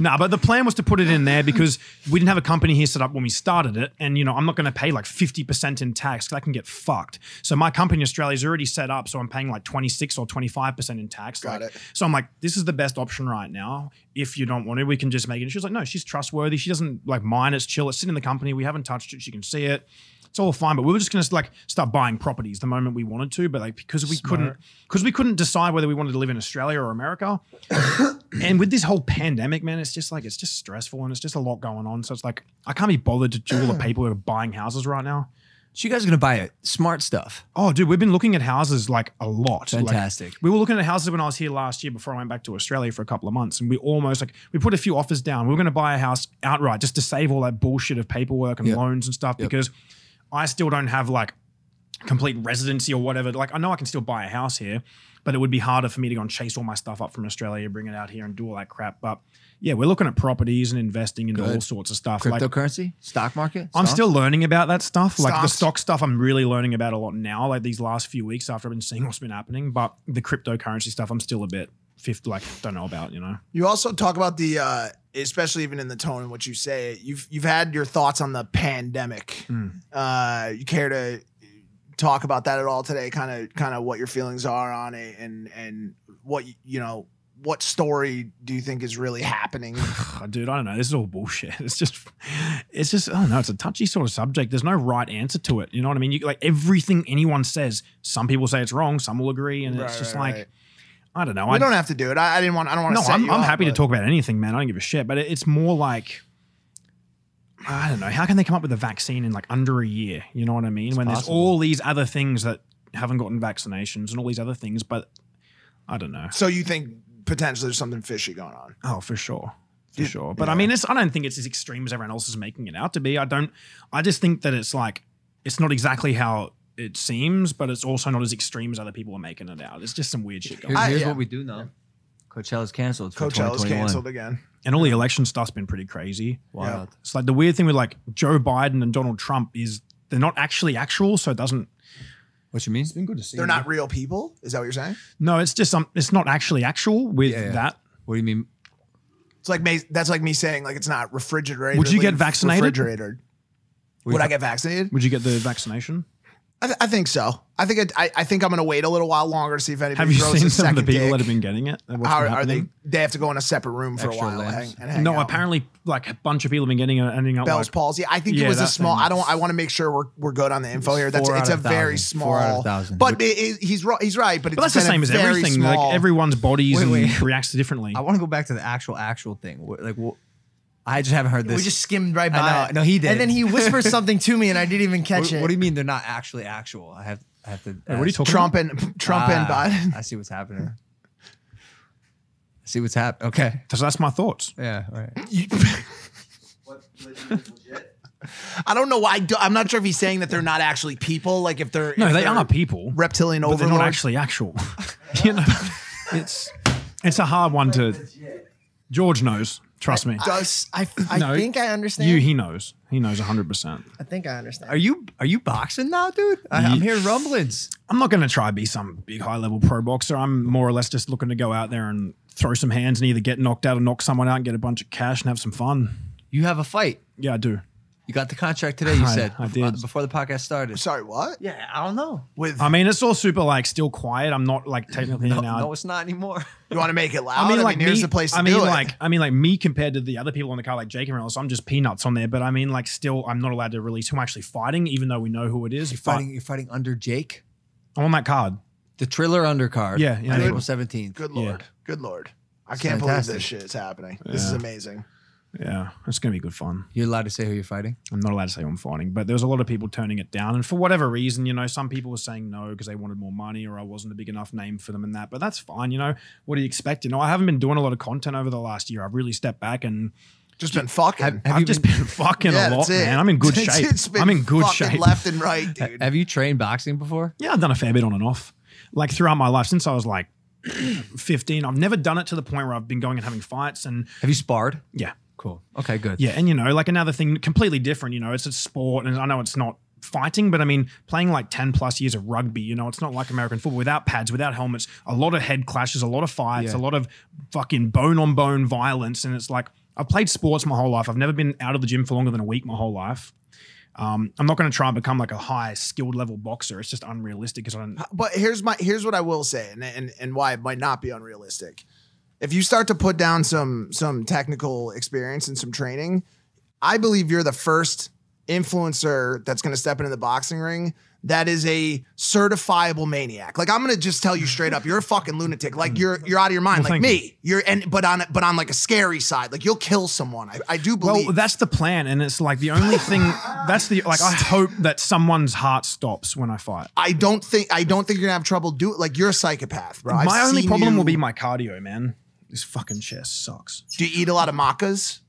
nah, but the plan was to put it in there because we didn't have a company here set up when we started it, and you know I'm not going to pay like 50 percent in tax because I can get fucked. So my company in Australia is already set up, so I'm paying like 26 or 25 percent in tax. Got like- it. So I'm like, this is the best option right now. If you don't want it, we can just make it. And she was like, no, she's trustworthy. She doesn't like mine. It's chill. It's sitting in the company. We haven't touched it. She can see it it's all fine, but we were just gonna like start buying properties the moment we wanted to, but like because we couldn't because we couldn't decide whether we wanted to live in Australia or America. and with this whole pandemic, man, it's just like it's just stressful and it's just a lot going on. So it's like I can't be bothered to do all the people who are buying houses right now. So you guys are gonna buy it. Smart stuff. Oh, dude, we've been looking at houses like a lot. Like, Fantastic. we were looking at houses when I was here last year before I went back to Australia for a couple of months, and we almost like we put a few offers down. We were going to buy a house outright just to save all that bullshit of paperwork and Yep. loans and stuff because I still don't have like complete residency or whatever. Like I know I can still buy a house here, but it would be harder for me to go and chase all my stuff up from Australia, bring it out here, and do all that crap. But yeah, we're looking at properties and investing into all sorts of stuff. Like Cryptocurrency? Stock market? I'm Stocks? still learning about that stuff. Like the Stocks. stock stuff, I'm really learning about a lot now. Like these last few weeks after I've been seeing what's been happening, but the cryptocurrency stuff, I'm still a bit fifth. Like don't know about. You know, you also talk about the, uh, especially even in the tone in which you say it. You've you've had your thoughts on the pandemic. Hmm. Uh, you care to talk about that at all today? Kind of kind of what your feelings are on it, and and what you- you know. What story do you think is really happening? Ugh, dude, I don't know. This is all bullshit. It's just, it's just. I don't know. It's a touchy sort of subject. There's no right answer to it. You know what I mean? You, like everything anyone says, some people say it's wrong, some will agree, and it's Right, just right, like, right. I don't know. we I don't have to do it. I, I didn't want. I don't want to. no, I'm, I'm happy to talk about anything, man. I don't give a shit. But it, it's more like I don't know. How can they come up with a vaccine in like under a year? You know what I mean? when possible. there's all these other things that haven't gotten vaccinations and all these other things, but I don't know. So you think potentially there's something fishy going on? Oh, for sure. for sure. But I mean, it's I don't think it's as extreme as everyone else is making it out to be. I don't. I just think that it's like it's not exactly how it seems, but it's also not as extreme as other people are making it out. It's just some weird shit going. Here's, on. I- here's yeah. what we do know. Coachella's canceled. for Coachella's 2021. canceled again. And all the election stuff's been pretty crazy. Wild. It's like the weird thing with like Joe Biden and Donald Trump is they're not actually actual, so it doesn't. What you mean? Been good to see. They're not real people. Is that what you're saying? No, it's just um, it's not actually actual with Yeah, yeah. that. What do you mean? It's like ma- that's like me saying like it's not refrigerated. Would you get vaccinated? Refrigerated. Would I get vaccinated? Would you get the vaccination? I, th- I think so. I think I, I, I think I'm gonna wait a little while longer to see if anybody Have you throws seen a some second of the people dick. that have been getting it? and what's How been are they? happening? They have to go in a separate room for a Extra while. limbs. Hang, and hang No, out. apparently, like a bunch of people have been getting it, ending up Bell's like, palsy. I think Yeah, it was a that small. thing. I don't. I want to make sure we're, we're good on the info here. That's four it's a out of very 1,000. small. Four out of 1,000. But it, it, he's ro- he's right. But it's But that's the been a same as very everything. small- Like everyone's bodies Wait, and wait. reacts differently. I want to go back to the actual actual thing. Wh- Like, wh- I just haven't heard this. We just skimmed right I by. know. it. No, he did. And then he whispered something to me, and I didn't even what, catch it. what do you mean they're not actually actual? I have I have to. Wait, what are you ask. talking Trump and Trump and Ah, Biden. I see what's happening. I see what's happening. Okay. about? So that's my thoughts. Yeah. All right. I don't know why. I do, I'm not sure if he's saying that they're not actually people. Like if they're No, if they they're are people, reptilian but they're not overlords. actually actual. you know, it's it's a hard one to. George knows. Trust me. Does I, I No, think I understand. You, he knows. He knows 100. percent I think I understand. Are you are you boxing now, dude? I, I'm hearing rumblings. I'm not going to try to be some big high level pro boxer. I'm more or less just looking to go out there and throw some hands and either get knocked out or knock someone out and get a bunch of cash and have some fun. You have a fight. Yeah, I do. You got the contract today. You I- said I before, did. before the podcast started. sorry what Yeah, I don't know. with I mean, it's all super like still quiet. I'm not like technically No, an out- no, it's not anymore. you want to make it loud? I mean, like here's me, the place. To I mean, do it. like I mean, like me compared to the other people in the car, like Jake and else. I'm just peanuts on there. But I mean, like still, I'm not allowed to release who I'm actually fighting, even though we know who it is. You're But fighting. You're fighting under Jake, I'm on that card. the Triller undercard. Yeah, yeah. on Good. April 17th. good yeah. lord, good lord. I can't believe fantastic. this shit is happening. This is Yeah. amazing. Yeah, it's gonna be good fun. You're allowed to say who you're fighting. I'm not allowed to say who I'm fighting, but there was a lot of people turning it down, and for whatever reason, you know, some people were saying no because they wanted more money or I wasn't a big enough name for them and that. But that's fine, you know. What do you expect? You know, I haven't been doing a lot of content over the last year. I've really stepped back and Just been fucking. I've just been, fucking a yeah, lot, that's it. man. I'm in good It's- shape. it's been I'm in good fucking shape. left and right, dude. Have you trained boxing before? Yeah, I've done a fair bit on and off. Like throughout my life, since I was like 15, I've never done it to the point where I've been going and having fights. And Have you sparred? yeah, Cool. Okay. Good. yeah. And, you know, like another thing completely different, you know, it's a sport. And I know it's not fighting, but I mean, playing like 10 plus years of rugby, you know, it's not like American football without pads, without helmets, a lot of head clashes, a lot of fights, Yeah. a lot of fucking bone on bone violence. And it's like, I've played sports my whole life. I've never been out of the gym for longer than a week my whole life. Um, I'm not going to try and become like a high skilled level boxer. It's just unrealistic because I don't. but here's my here's what I will say, and and and why it might not be unrealistic. If you start to put down some some technical experience and some training, I believe you're the first influencer that's going to step into the boxing ring that is a certifiable maniac. Like I'm going to just tell you straight up, you're a fucking lunatic. Like you're you're out of your mind, like thank you. me. You're and but on but on like a scary side. Like you'll kill someone. I, I do believe. Well, that's the plan, and it's like the only thing. That's the like. I hope that someone's heart stops when I fight. I don't think I don't think you're gonna have trouble do Like you're a psychopath, bro. I've my only seen problem you- will be my cardio, man. This fucking chest sucks. Do you eat a lot of macas?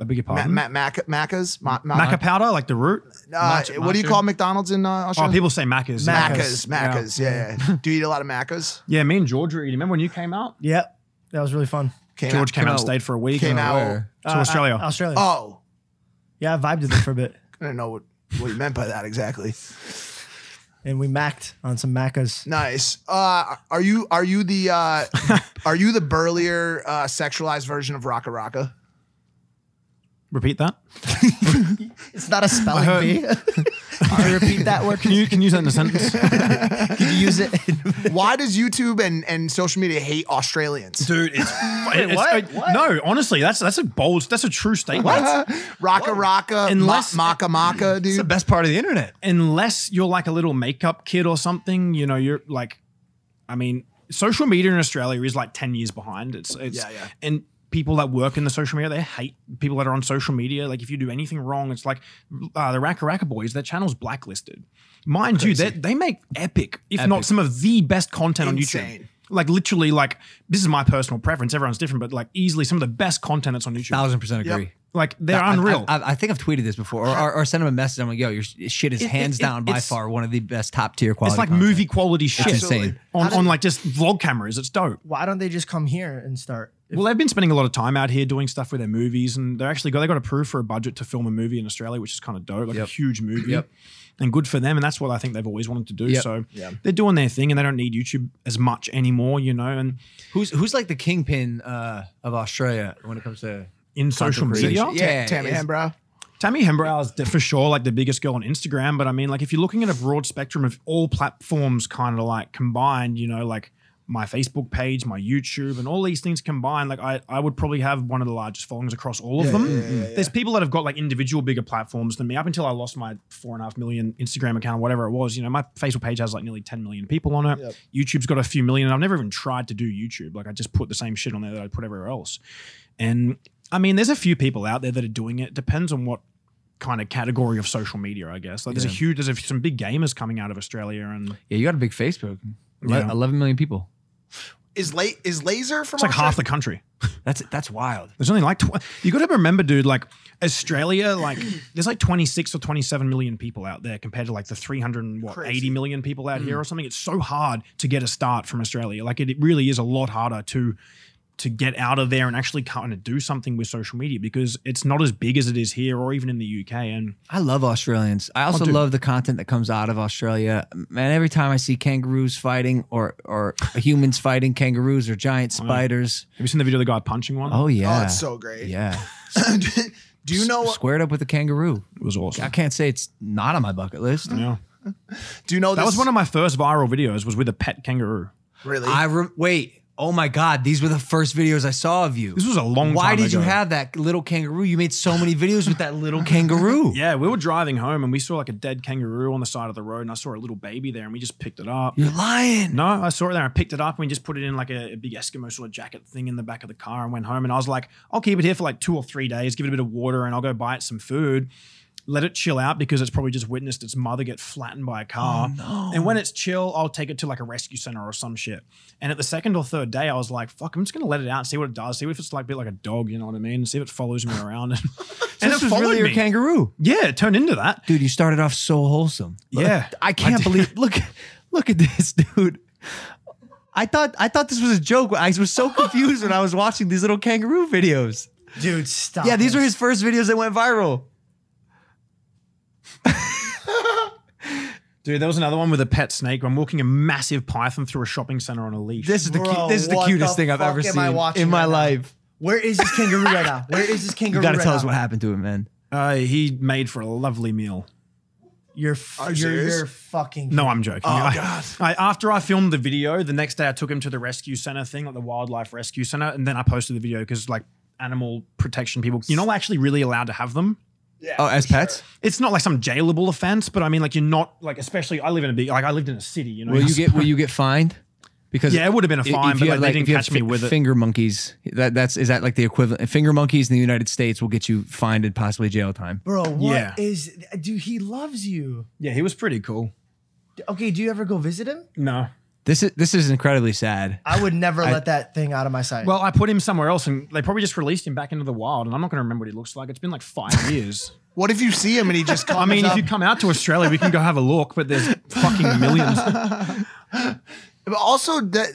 I beg your Ma- pardon. ma- maca- macas? Ma- ma- maca powder, like the root. Uh, Matcha- what do you matcha? call McDonald's in uh, Oh, Australia? people say macas. macas, Yeah. Mm-hmm. macas. Yeah. yeah. do you eat a lot of macas? Yeah, me and George were eating. Remember when you came out? yeah, that was really fun. Uh, Came George out- came out, and stayed for a week. Oh, and- Came out. Where? to Australia. Australia. Oh, Yeah, I vibed with them for a bit, I didn't know what, what you meant by that exactly. and we macked on some macas. Nice. Uh, are you are you the uh, are you the burlier uh, sexualized version of Rocka Rocka? Repeat that. It's not a spelling heard- bee. I repeat that word. Can you can you use that in a sentence? Can you use it? Why does YouTube and, and social media hate Australians? Dude, it's, it's- what? it- no. Honestly, that's that's a bold. That's a true statement. Rocka Rocka, Unless- ma- Maka Maka, It's the dude. best part of the internet. unless you're like a little makeup kid or something, you know, you're like, I mean, social media in Australia is like 10 years behind. It's, it's, Yeah, yeah. and people that work in the social media, they hate people that are on social media. Like, if you do anything wrong, it's like uh, the Raka Raka Boys, their channel's blacklisted. Mind you, they they make epic, if not Epic. some of the best content on Insane. YouTube. like literally like this is my personal preference. Everyone's different, but like easily some of the best content that's on YouTube. Thousand percent agree. Like they're I- unreal. I, I, I think I've tweeted this before, or, or, or sent him a message. I'm like, "Yo, your sh- shit is It- it- hands it- down by it's- far one of the best top tier quality." it's like content. movie quality shit. insane. On, on like just vlog cameras. It's dope. Why don't they just come here and start? Well, they've been spending a lot of time out here doing stuff with their movies, and they're actually got they got approved for a budget to film a movie in Australia, which is kind of dope, like a huge movie. Yep. And good for them, and that's what I think they've always wanted to do. Yep. So they're doing their thing, and they don't need YouTube as much anymore, you know. And Who's who's like the kingpin uh, of Australia when it comes to in social creation? media, Yeah, Tammy it's- Hambrow. Tammy Hembrow is de- for sure like the biggest girl on Instagram, but I mean, like if you're looking at a broad spectrum of all platforms kind of like combined, you know, like my Facebook page, my YouTube, and all these things combined, like I, I would probably have one of the largest followings across all of them. There's people that have got like individual bigger platforms than me. Up until I lost my four and a half million Instagram account, whatever it was, you know, my Facebook page has like nearly 10 million people on it. YouTube's got a few million, and I've never even tried to do YouTube. Like I just put the same shit on there that I put everywhere else. And I mean, there's a few people out there that are doing it. Depends on what kind of category of social media, I guess. Like there's a huge, there's a, some big gamers coming out of Australia, and it's Yeah, you got a big Facebook. Ele- Yeah. Eleven million people. Is La- is laser from like half the Australia? country. That's that's wild. There's only like tw- you got to remember, dude. Like Australia, like there's like 26 or 27 million people out there compared to like the 300 and what 80 million people out here or something. It's so hard to get a start from Australia. Like it, it really is a lot harder to to get out of there and actually kind of do something with social media because it's not as big as it is here or even in the UK. And I love Australians. I Oh, also dude. love the content that comes out of Australia. Man, every time I see kangaroos fighting or or humans fighting kangaroos or giant spiders. have you seen the video of the guy punching one? Oh yeah. Oh, it's so great. yeah. Do you know Squared up with a kangaroo. It was awesome. I can't say it's not on my bucket list. Yeah. do you know That this was one of my first viral videos. Was with a pet kangaroo. really I re- wait. Oh my God! These were the first videos I saw of you. This was a long Why time did you ago. have that little kangaroo? You made so many videos with that little kangaroo. Yeah, we were driving home and we saw like a dead kangaroo on the side of the road, and I saw a little baby there, and we just picked it up. You're lying. No, I saw it there. I picked it up and we just put it in like a, a big Eskimo sort of jacket thing in the back of the car and went home. And I was like, I'll keep it here for like two or three days, give it a bit of water, and I'll go buy it some food. Let it chill out because it's probably just witnessed its mother get flattened by a Oh, car. And when it's chill, I'll take it to like a rescue center or some shit. And at the second or third day, I was like, fuck, I'm just gonna let it out and see what it does, see if it's like a bit like a dog, you know what I mean? See if it follows me around. And, and this it was followed really your me. kangaroo, yeah, it turned into that. dude. You started off so wholesome. Yeah. I can't believe. Look, look at this, dude. I thought I thought this was a joke. I was so confused when I was watching these little kangaroo videos. Dude, Oh, stop. Yeah, these it. were his first videos that went viral. Dude, there was another one with a pet snake. I'm walking a massive python through a shopping center on a leash. This is the cu- Bro, this is the what cutest the thing I've fuck ever am seen I watching in my right now? life. Where is this kangaroo right now? Where is this kangaroo? You got to right tell us now? what happened to him, man. Uh, he made for a lovely meal. You're f- Are you you're, serious? you're fucking. No, I'm joking. Oh, I, God. I, after I filmed the video, the next day I took him to the rescue center thing, like the wildlife rescue center, and then I posted the video because like animal protection people, you're not actually really allowed to have them. Oh, as pets? It's not like some jailable offense, but I mean, like you're not like, especially I live in a big, like I lived in a city, you know. Will you get will you get fined? Because Yeah, it would've been a if- fine, if but, you like, have, they didn't if you have catch me fi- with it. Finger monkeys. That that's is that like the equivalent? Finger monkeys in the United States will get you fined and possibly jail time. bro. Yeah. What is? Dude, he loves you. yeah, he was pretty cool. Okay, do you ever go visit him? No, This is this is incredibly sad. I would never let that thing out of my sight. well, I put him somewhere else, and they probably just released him back into the wild, and I'm not going to remember what he looks like. It's been like five years. what if you see him and he just comes I mean, up? if you come out to Australia, we can go have a look, but there's fucking millions. But also that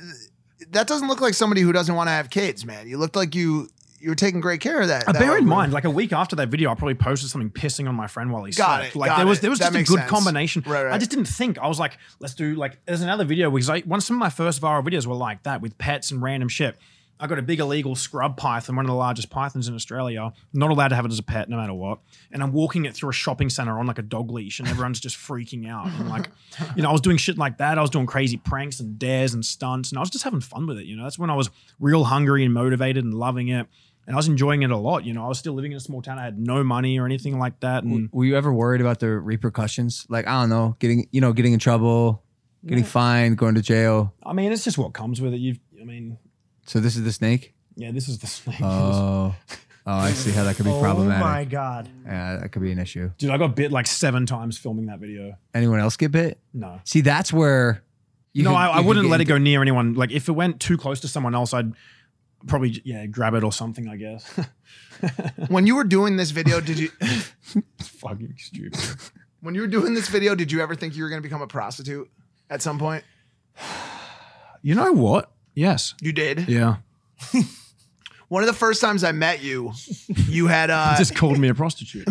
that doesn't look like somebody who doesn't want to have kids, man. You looked like you you were taking great care of that. Uh, that bear in one. mind, like a week after that video, I probably posted something pissing on my friend while he Got slept. it, Like got there was it. there was That just a makes good sense. combination. Right, right. I just didn't think. I was like, let's do like there's another video because I one some of my first viral videos were like that with pets and random shit. I got a big illegal scrub python, one of the largest pythons in Australia. Not allowed to have it as a pet, no matter what. And I'm walking it through a shopping center on like a dog leash, and everyone's just freaking out. And like, you know, I was doing shit like that. I was doing crazy pranks and dares and stunts, and I was just having fun with it. You know, that's when I was real hungry and motivated and loving it and I was enjoying it a lot. You know, I was still living in a small town. I had no money or anything like that. And Were you ever worried about the repercussions? Like I don't know, getting you know getting in trouble, getting fined, going to jail. I mean, it's just what comes with it. You've, I mean, So this is the snake. yeah, this is the snake. Oh, oh, I see how that could be oh problematic. my god. Yeah, that could be an issue. Dude, I got bit like seven times filming that video. Anyone else get bit? No. See, that's where You no, could- I, you I could wouldn't get let it into- go near anyone. Like if it went too close to someone else, I'd probably yeah grab it or something. I guess. When you were doing this video, did you? Fucking stupid. When you were doing this video, did you ever think you were going to become a prostitute at some point? You know what? Yes. You did. Yeah. One of the first times I met you, you had uh, Just called me a prostitute.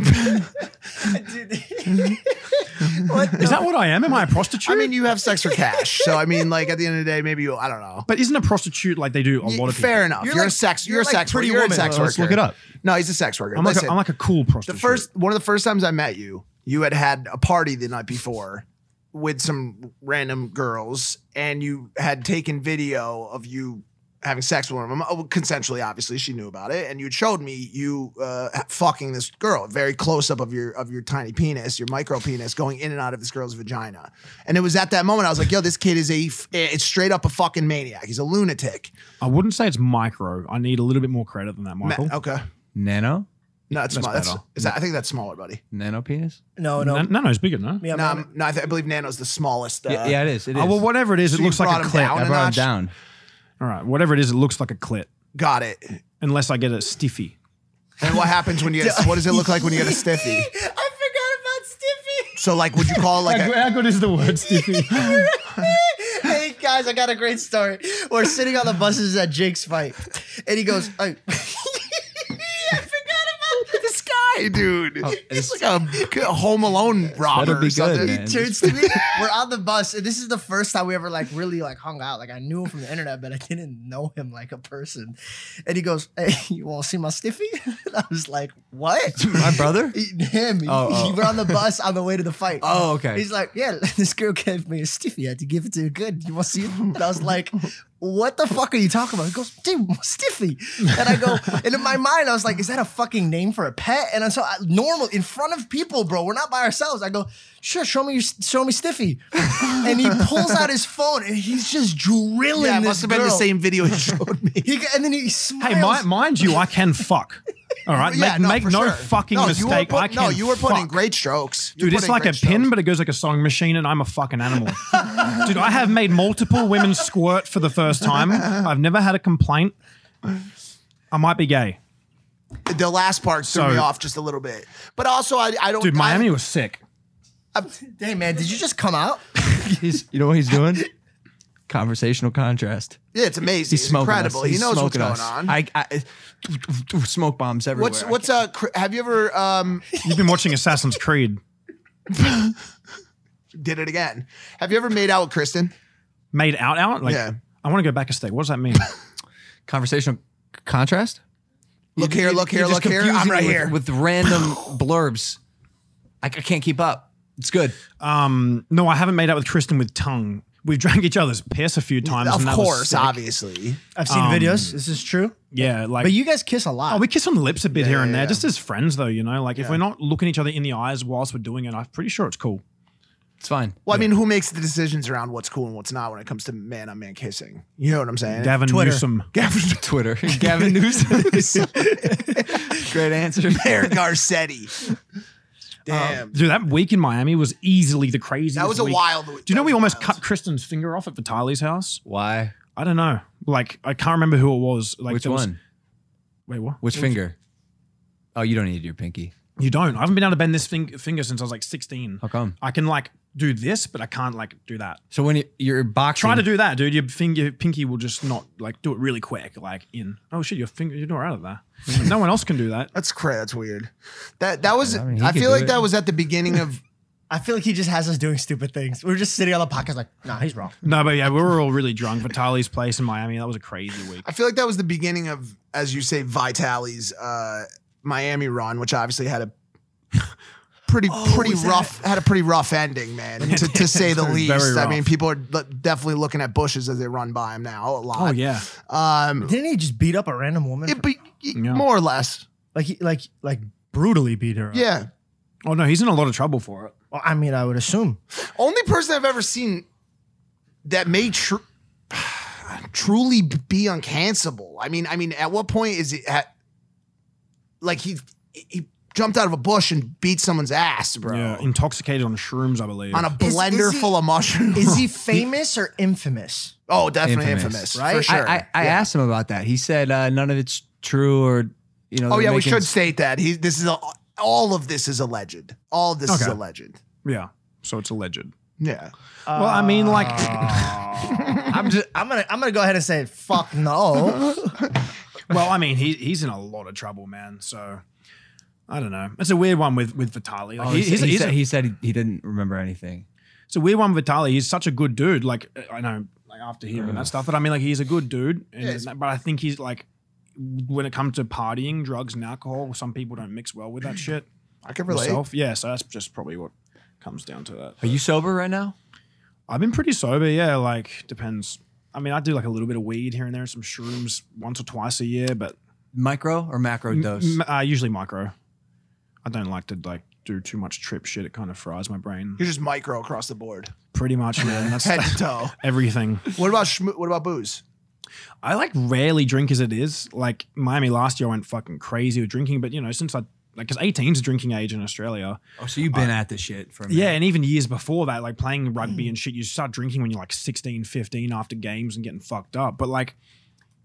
Is that what I am? Am I a prostitute? I mean, you have sex for cash. So I mean, like at the end of the day, maybe you. I don't know. but isn't a prostitute like they do a lot of people? Fair enough. You're, a like- sex. You're, you're a like sex. Pretty worker. You're Woman. a sex worker. Let's look it up. No, he's a sex worker. I'm like, Listen, a, I'm like a cool the prostitute. first one of the first times I met you, you had had a party the night before with some random girls, and you had taken video of you having sex with one of them oh, consensually. Obviously, she knew about it, and you showed me you uh, fucking this girl, very close up of your of your tiny penis, your micro penis, going in and out of this girl's vagina. And it was at that moment I was like, "Yo, this kid is a f- eh, it's straight up a fucking maniac. He's a lunatic." I wouldn't say it's micro. I need a little bit more credit than that, Oh, Ma- Michael. okay, Nano? no, it's That's small. That's, better. is that, I think that's smaller, buddy. Nano penis? No, No, no. no, no, it's bigger, no? Yeah, No, man. I'm- no, I, th- I believe Nano's the smallest. Uh, yeah, yeah, it is. It is. Oh, well, whatever it is, So it you looks like brought a him clit. down I a brought him notch? down. All right, whatever it is, it looks like a clit. Got it. Unless I get a stiffy. And what happens when you get? A, what does it look like when you get a stiffy? I forgot So like, would you call it like a? good is the word stiffy? about Stiffy. hey guys, I got a great story. We're sitting on the buses at Jake's fight, and he goes, "I, I forgot about this guy." Hey, dude, Oh, it's- it's like a, a Home Alone robber better be or something. good, man. Turns to me. We're on the bus, and this is the first time we ever like really like hung out. Like I knew him from the internet, but I didn't know him like a person. And he goes, "Hey, you want to see my stiffy?" And I was like, "What?" My brother? him. Oh, He- oh. We're on the bus on the way to the fight. Oh, okay. He's like, yeah, this girl gave me a stiffy. I had to give it to her good. You want to see it? And I was like, what the fuck are you talking about? He goes, dude, stiffy. And I go, and in my mind, I was like, is that a fucking name for a pet? And so I, uh, normal in front of people, bro, we're not by ourselves. I go, sure, show me your, show me stiffy. and he pulls out his phone and he's just drilling. Yeah, it this must have been the girl. same video he showed me. He, and then he smiles. Hey, mi- mind you, I can fuck. All right, Yeah, make, make for no sure. fucking No, you were mistake. put- I can no, you were putting fuck. great strokes, You Dude, were it's putting like a great pin, strokes. but it goes like a sewing machine, and I'm a fucking animal. Dude, I have made multiple women squirt for the first time. I've never had a complaint. I might be gay. the last part threw So- me off just a little bit. But also, I, I don't. Dude, I- Miami was sick. hey, man, did you just come out? He's, you know what he's doing? Conversational contrast. yeah, it's amazing. He's it's smoking incredible. us. He's he knows what's smoking going us. on. I, I, smoke bombs everywhere. what's what's uh? cr- Have you ever um? You've been watching Assassin's Creed. Did it again? Have you ever made out with Kristen? Made out out? Like, Yeah. I want to go back a step. What does that mean? conversational c- contrast? Look here, look here, You're look just here. I'm confusing right it with, here. with random blurbs. I, I can't keep up. It's good. um, no, I haven't made out with Kristen with tongue. We've drank each other's piss a few times. Of and that was course, sick. obviously. I've seen videos. This is true. Yeah, like But you guys kiss a lot. Um, Oh, we kiss on the lips a bit here and there, just as friends, though. You know, like if we're not looking each other in the eyes whilst we're doing it, I'm pretty sure it's cool. It's fine. Well, I mean, who makes the decisions around what's cool and what's not when it comes to man on man kissing? You know what I'm saying? Gavin Twitter. Newsom, Gavin Twitter. Gavin Newsom. Great answer. Bear Garcetti. Um, Damn. dude, that week in Miami was easily the craziest. that was a week. wild week. Do you That know we was almost wild. cut Kristen's finger off at Vitaly's house? Why? I don't know. Like I can't remember who it was. Like Which there was- one? Wait, what? Which finger? Oh, you don't need your pinky. You don't. I haven't been able to bend this fing- finger since I was like 16. How come? I can like do this, but I can't like do that. So when you- you're boxing, Try to do that, dude. Your finger, pinky will just not like do it really quick, like in. Oh shit, your finger, you're not out of there. no one else can do that. That's cra- That's weird. That that was. I, I mean, he could feel do like it. that was at the beginning of. I feel like he just has us doing stupid things. We're just sitting on the podcast like, nah, he's wrong. No, but yeah, we were all really drunk. Vitaly's place in Miami. That was a crazy week. I feel like that was the beginning of, as you say, Vitali's uh, Miami run, which obviously had a pretty Oh, pretty rough had a pretty rough ending, man, to, to say the Very least. I rough. mean, people are lo- definitely looking at bushes as they run by him now a lot. Oh yeah, Um, Didn't he just beat up a random woman? it, but, Yeah. more or less, like, he, like, like brutally beat her. up. yeah. Oh no, he's in a lot of trouble for it. Well, I mean, I would assume. Only person I've ever seen that may tr- truly be uncancelable. I mean, I mean, at what point is it at? Like he he jumped out of a bush and beat someone's ass, bro. Yeah, intoxicated on shrooms, I believe. On a Is- is blender he- full of mushrooms. Is he famous or infamous? oh, definitely infamous, Infamous, right? For sure. I, I, I asked him about that. He said uh, none of it's true, or you know. oh they're yeah, we making- should state that he. This is a, all of this is a legend. All of this is Okay. a legend. yeah, so it's alleged. Uh. Yeah. well, I mean, like, I'm just Uh, I'm gonna I'm gonna go ahead and say fuck no. well, I mean, he, he's in a lot of trouble, man. So I don't know. It's a weird one with with Vitali. Like, Oh, he- he, he's, he he's said, a- he, said he, he didn't remember anything. it's a weird one with Vitali. He's such a good dude. Like I know, like after him and that stuff. But I mean, like he's a good dude. And, but I think he's like, when it comes to partying, drugs, and alcohol, some people don't mix well with that shit. I can relate. Myself, yeah. So that's just probably what comes down to that. Are you sober right now? I've been pretty sober, yeah. Like depends. I mean, I do like a little bit of weed here and there, some shrooms once or twice a year, but Micro or macro dose? m- uh, usually micro. I don't like to like do too much trip shit. It kind of fries my brain. You're just micro across the board, Pretty much, man. That's head to toe. everything. what about schmoo what about booze? I like rarely drink as it is. Like Miami last year, I went fucking crazy with drinking, but you know, since I like, because 18 is drinking age in Australia. oh, so you've been at this shit for a minute. Yeah, and even years before that, like playing rugby and shit, you start drinking when you're like 16, 15 after games and getting fucked up. But like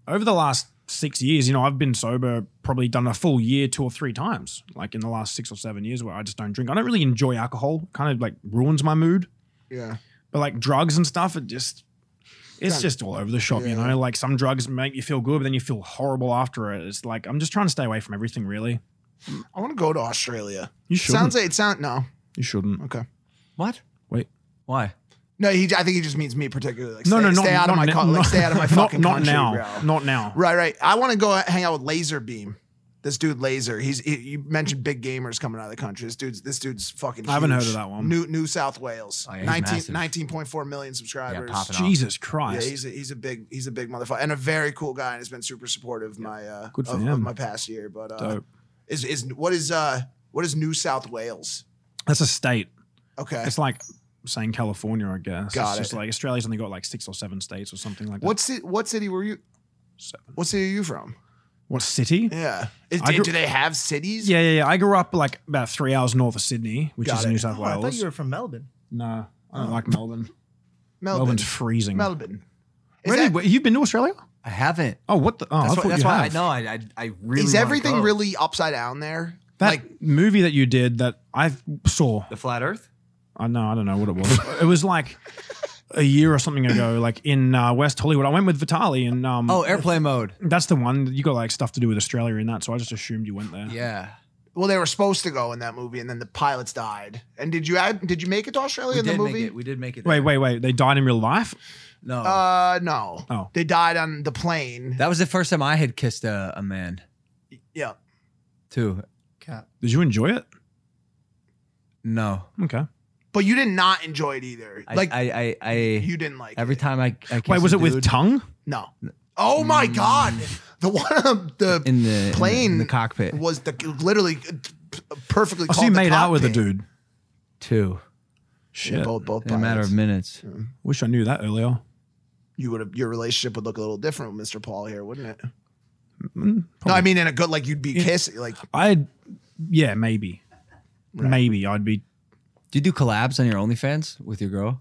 over the last six years, you know, I've been sober, probably done a full year two or three times, like in the last six or seven years where I just don't drink. I don't really enjoy alcohol, kind of like ruins my mood. Yeah. But like drugs and stuff, it just it's just all over the shop, you know. Like some drugs make you feel good, but then you feel horrible after it. It's like I'm just trying to stay away from everything, really. I want to go to Australia. You shouldn't. Sounds like it sound no. you shouldn't. Okay. What? Wait. Why? No, he, I think he just means me particularly. Like, No, stay, no, not, stay out not of my n- co- like, not- stay out of my fucking not, country, not now. bro. Not now. Right, right. I want to go hang out with Laser Beam. This dude Laser. He's he, you mentioned big gamers coming out of the country. This dude's this dude's fucking. I haven't huge. heard of that one. New New South Wales. Oh, yeah, he's 19 massive. 19.4 million subscribers. popping off. Jesus Yeah, Christ. he's a, he's a big he's a big motherfucker and a very cool guy and has been super supportive of my uh Good for of, him. of my past year. But uh, Dope. is is what is uh what is New South Wales? That's a state. Okay, It's like saying California, I guess. Got it's just it. like Australia's only got like six or seven states or something like that. what city what city were you? Seven. What city are you from? What city? Yeah, is, I grew- do they have cities? Yeah, yeah, yeah. I grew up like about three hours north of Sydney, which Got is it. New South Oh, I thought Wales. you were from Melbourne. no, I don't like Melbourne. Melbourne. Melbourne's freezing. Oh. Melbourne. Is, really? that- Wait, You've been to Australia? I haven't. Oh, what the? Oh, That's, I why, thought that's you why have. I know. I, I, I really. is wanna everything go. really upside down there? That like movie that you did that I saw. the flat Earth? I know. I don't know what it was. it was like a year or something ago, like in uh, West Hollywood. I went with Vitali, and Mm. um, Oh, airplane mode. that's the one you got like stuff to do with Australia and that. So I just assumed you went there. Yeah. well, they were supposed to go in that movie, and then the pilots died. And did you add, did you make it to Australia We in the did make movie? it. We did make it. Wait, there. wait, wait. They died in real life. No. Uh, no. Oh. They died on the plane. that was the first time I had kissed a, a man, yeah. too. Did you enjoy it? No. Okay. But you did not enjoy it either. I, like I, I, I you didn't like every it. time I, I kissed Wait, was a it with dude tongue? No. Oh my Mm. god. The one on the in the in the- plane in the cockpit was the literally uh, p- perfectly. Oh, called so you the made out with a cockpit. dude. too Shit. Both both in a matter pilots. of minutes. Wish I knew that earlier. you would have your relationship would look a little different with Mr. Paul here, wouldn't Mm, it? no, I mean in a good like you'd be kissing like I, yeah, maybe, maybe I'd be. Do you do collabs on your OnlyFans with your girl?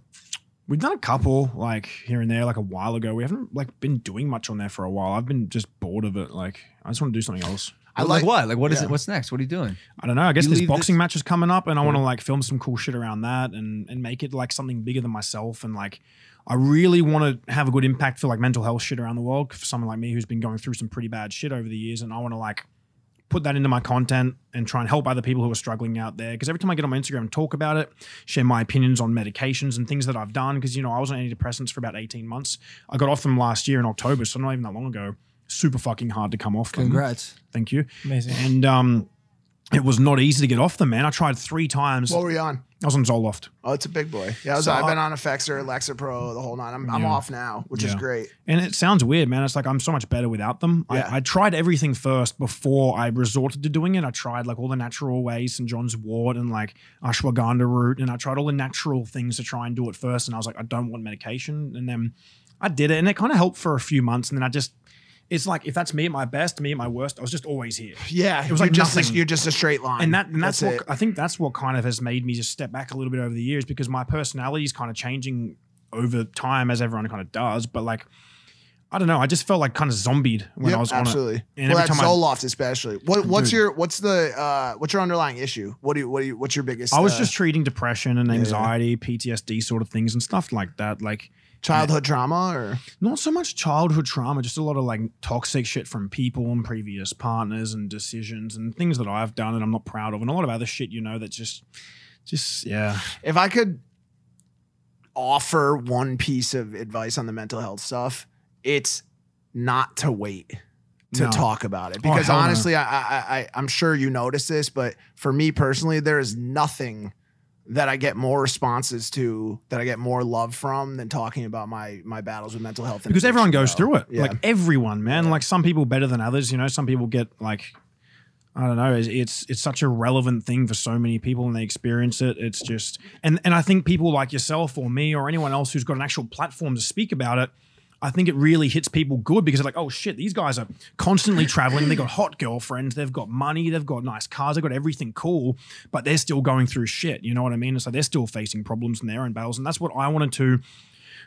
We've done a couple like here and there, like a while ago. We haven't like been doing much on there for a while. I've been just bored of it. Like I just want to do something else. I like, like, what? Like what is yeah. it? What's next? What are you doing? I don't know. I guess You this leave boxing this- match is coming up, and I want to like film some cool shit around that, and and make it like something bigger than myself, and like I really want to have a good impact for like mental health shit around the world for someone like me who's been going through some pretty bad shit over the years, and I want to like put that into my content and try and help other people who are struggling out there. Because every time I get on my Instagram and talk about it, share my opinions on medications and things that I've done, because you know I was on antidepressants for about eighteen months. I got off them last year in October, so not even that long ago. Super fucking hard to come off. them. Congrats. Thank you. Amazing. And um, it was not easy to get off them, man. I tried three times. what were you on? I was on Zoloft. Oh, it's a big boy. Yeah, I was, So I've I- been on Effexor, Lexapro, the whole nine. I'm, I'm off now, which is Yeah. great. And it sounds weird, man. It's like I'm so much better without them. Yeah. I, I tried everything first before I resorted to doing it. I tried like all the natural ways, St. John's wort and like ashwagandha root. And I tried all the natural things to try and do it first. And I was like, I don't want medication. And then I did it and it kind of helped for a few months. And then I just it's like if that's me at my best, me at my worst, I was just always here. Yeah, It was like you're just a, nothing. you're just a straight line, And that and that's, it. what I think that's what kind of has made me just step back a little bit over the years because my personality is kind of changing over time as everyone kind of does. But like I don't know, I just felt like kind of zombied when Yep, I was absolutely. on it. And well, every that's time I- Zoloft especially. What, what's Dude. your what's the uh, what's your underlying issue? What do you, what do you, what's your biggest? I was uh, just treating depression and anxiety, PTSD sort of things and stuff like that. Like childhood trauma or not so much childhood trauma, just a lot of like toxic shit from people and previous partners and decisions and things that I've done and I'm not proud of and a lot of other shit, you know, that's just just yeah. if I could offer one piece of advice on the mental health stuff, it's not to wait to No. talk about it Oh, because hell no. honestly, I, I I I'm sure you notice this, but for me personally, there is nothing that I get more responses to that I get more love from than talking about my my battles with mental health. and because everyone addiction, goes though. through it. Yeah. Like everyone, man. Like some people better than others. You know, some people get like, I don't know. It's, it's it's such a relevant thing for so many people, and they experience it. It's just and and I think people like yourself or me or anyone else who's got an actual platform to speak about it. I think it really hits people good because they're like, oh shit, these guys are constantly traveling. They've got hot girlfriends. They've got money. They've got nice cars. They've got everything cool, but they're still going through shit. You know what I mean? And so they're still facing problems in their own battles. And that's what I wanted to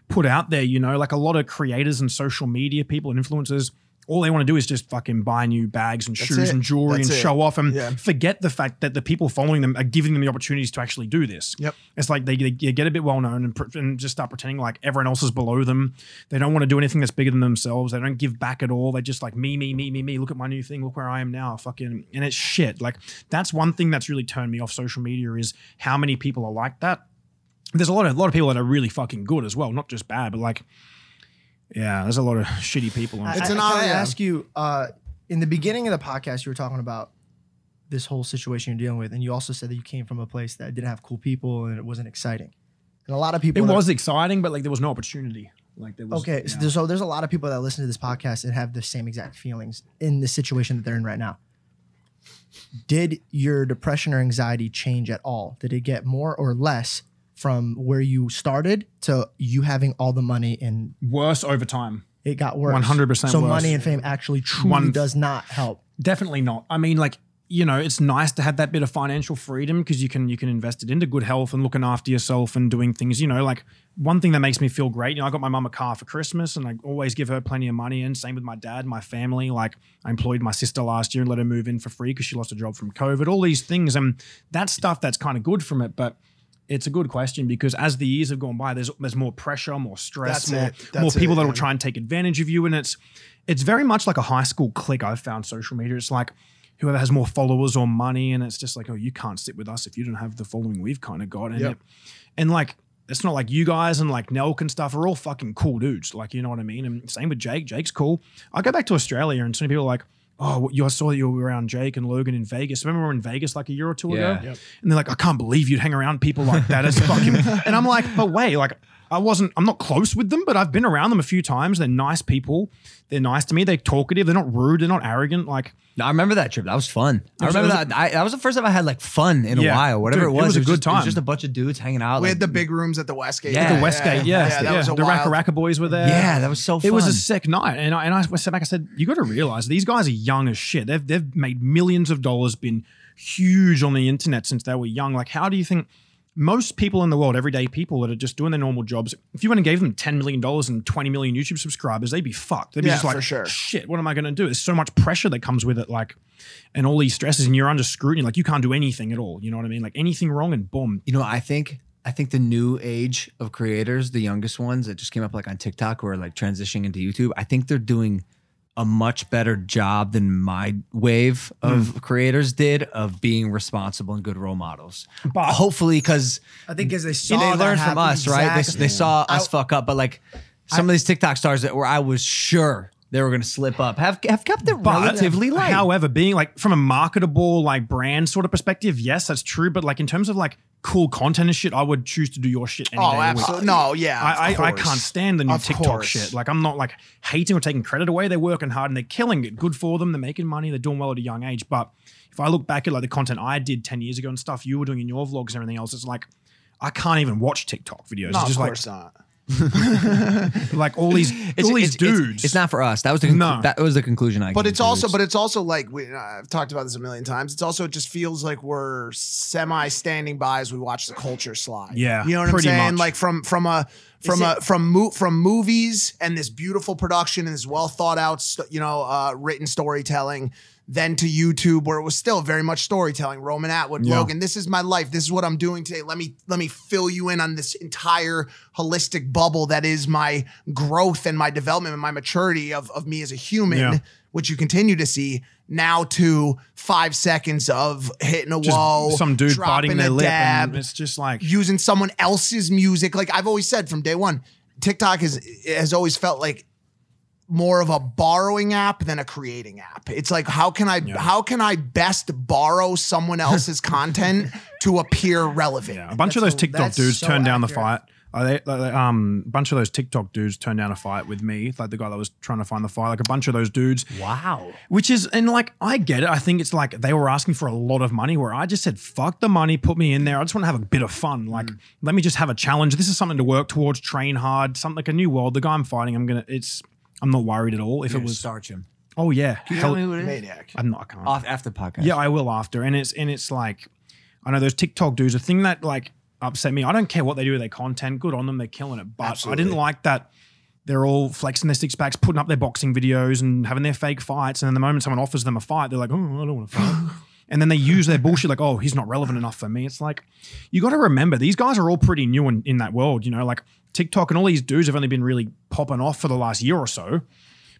put out there, you know, like a lot of creators and social media people and influencers, all they want to do is just fucking buy new bags and shoes it. and jewelry That's and it. show off and Yeah. forget the fact that the people following them are giving them the opportunities to actually do this. Yep. It's like they, they get a bit well known and, pr- and just start pretending like everyone else is below them. They don't want to do anything that's bigger than themselves. They don't give back at all. They just like me, me, me, me, me. Look at my new thing. Look where I am now. Fucking and it's shit. Like that's one thing that's really turned me off social media is how many people are like that there's a lot of a lot of people that are really fucking good as well, not just bad, but like, yeah, there's a lot of shitty people. On It's It's I, an an I, honor, can I yeah. ask you uh, in the beginning of the podcast, you were talking about this whole situation you're dealing with, and you also said that you came from a place that didn't have cool people and it wasn't exciting. And a lot of it people, that- was exciting, but like there was no opportunity. Like there was okay. So, yeah. there's, so there's a lot of people that listen to this podcast and have the same exact feelings in the situation that they're in right now. Did your depression or anxiety change at all? Did it get more or less from where you started to you having all the money and worse over time. it got worse? 100% So worse. money and fame actually truly One- does not help. Definitely not. I mean, like you know, it's nice to have that bit of financial freedom because you can you can invest it into good health and looking after yourself and doing things. You know, like one thing that makes me feel great. You know, I got my mum a car for Christmas, and I always give her plenty of money. And same with my dad, my family. Like I employed my sister last year and let her move in for free because she lost a job from COVID. All these things, and that's stuff that's kind of good from it, but. It's a good question because as the years have gone by, there's there's more pressure, more stress, That's more it. That's more people it, that will yeah. try and take advantage of you, and it's it's very much like a high school clique. I've found social media. It's like whoever has more followers or money, and it's just like, oh, you can't sit with us if you don't have the following we've kind of got. And Yep. it, and like it's not like you guys and like Nelk and stuff are all fucking cool dudes. Like you know what I mean. And same with Jake. Jake's cool. I go back to Australia, and so many people are like. Oh, you! I saw that you were around Jake and Logan in Vegas. Remember we were in Vegas like a year or two Yeah. ago, and they're like, "I can't believe you'd hang around people like that." It's fucking, and I'm like, "But wait, like I wasn't. I'm not close with them, but I've been around them a few times. They're nice people. They're nice to me. They're talkative. They're not rude. They're not arrogant. Like No, I remember that trip. That was fun. I was- remember it was that. I, that was the first time I had like fun in Yeah. a while. Whatever Dude, it was, it was a good time. It was time. just a bunch of dudes hanging out. we like- had the big rooms at the Westgate. Yeah. At the Westgate, yeah, yeah, that was a the wild. Raka Raka boys were there. yeah, that was so. fun. It was a sick night, and I, and I sat back. I said, "You got to realize these guys are young as shit. They've they've made millions of dollars, been huge on the internet since they were young. Like, how do you think most people in the world, everyday people that are just doing their normal jobs, if you went and gave them ten million dollars and twenty million YouTube subscribers, they'd be fucked. They'd be Yeah, just like, for sure. shit, what am I going to do? There's so much pressure that comes with it, like, and all these stresses, and you're under scrutiny. Like, you can't do anything at all. You know what I mean? Like, anything wrong, and boom, You know, I think I think the new age of creators, the youngest ones that just came up like on TikTok or like transitioning into YouTube, I think they're doing a much better job than my wave of creators did of being responsible and good role models. But- hopefully, because I think as they you saw, know, they that learned from happen- us, right? They, Exactly. they saw us fuck up, but like some of these TikTok stars that where I was sure they were going to slip up have have kept it But relatively light. However, being like from a marketable like brand sort of perspective, yes, that's true. But like in terms of like cool content and shit, I would choose to do your shit. Any day of Oh, the week. absolutely. No, yeah. I, of I, I course. can't stand the new Of TikTok course. shit. Like, I'm not like hating or taking credit away. They're working hard and they're killing it. Good for them. They're making money. They're doing well at a young age. But if I look back at like the content I did 10 years ago and stuff you were doing in your vlogs and everything else, it's like, I can't even watch TikTok videos. it's No, of just like, course not. like all these all these dudes. It's, not for us. That was the conclu- No. that was the conclusion I. But came it's to. also, but it's also like we, I've talked about this a million times. It's also it just feels like we're semi standing by as we watch the culture slide. Yeah, you know what pretty I'm saying? much. Like from from a from a from mo- from movies and this beautiful production and this well thought out, st- you know, uh, written storytelling. Then to YouTube, where it was still very much storytelling. Roman Atwood, Yeah. Logan, this is my life. This is what I'm doing today. Let me let me fill you in on this entire holistic bubble that is my growth and my development and my maturity of of me as a human Yeah. which you continue to see now to five seconds of hitting a just wall, some dude dropping biting their a lip, dab, and it's just like using someone else's music. Like I've always said from day one, TikTok has has always felt like more of a borrowing app than a creating app. It's like how can I how can I best borrow someone else's content to appear relevant? Yeah, a bunch of those That's a- TikTok that's dudes so turned down the fight. accurate. Uh, they, like, they- um, a bunch of those TikTok dudes turned down a fight with me, like the guy that was trying to find the fight. Like a bunch of those dudes. wow. Which is, and like, I get it. I think it's like they were asking for a lot of money where I just said, fuck the money, put me in there. I just want to have a bit of fun. Like, Mm. let me just have a challenge. This is something to work towards, train hard, something like a new world. The guy I'm fighting, I'm going to, it's, I'm not worried at all. If it was, starch him. oh yeah. Hell- Maniac. I'm not, I can't. Off after podcast. Yeah, I will after. And it's and it's like I know those TikTok dudes, a thing that like upset me. I don't care what they do with their content. Good on them, they're killing it. But I didn't like that they're all flexing their six packs, putting up their boxing videos and having their fake fights. And then the moment someone offers them a fight, they're like, oh, I don't want to fight. And then they use their bullshit like, oh, he's not relevant enough for me. It's like, you got to remember, these guys are all pretty new in, in that world. You know, like TikTok and all these dudes have only been really popping off for the last year or so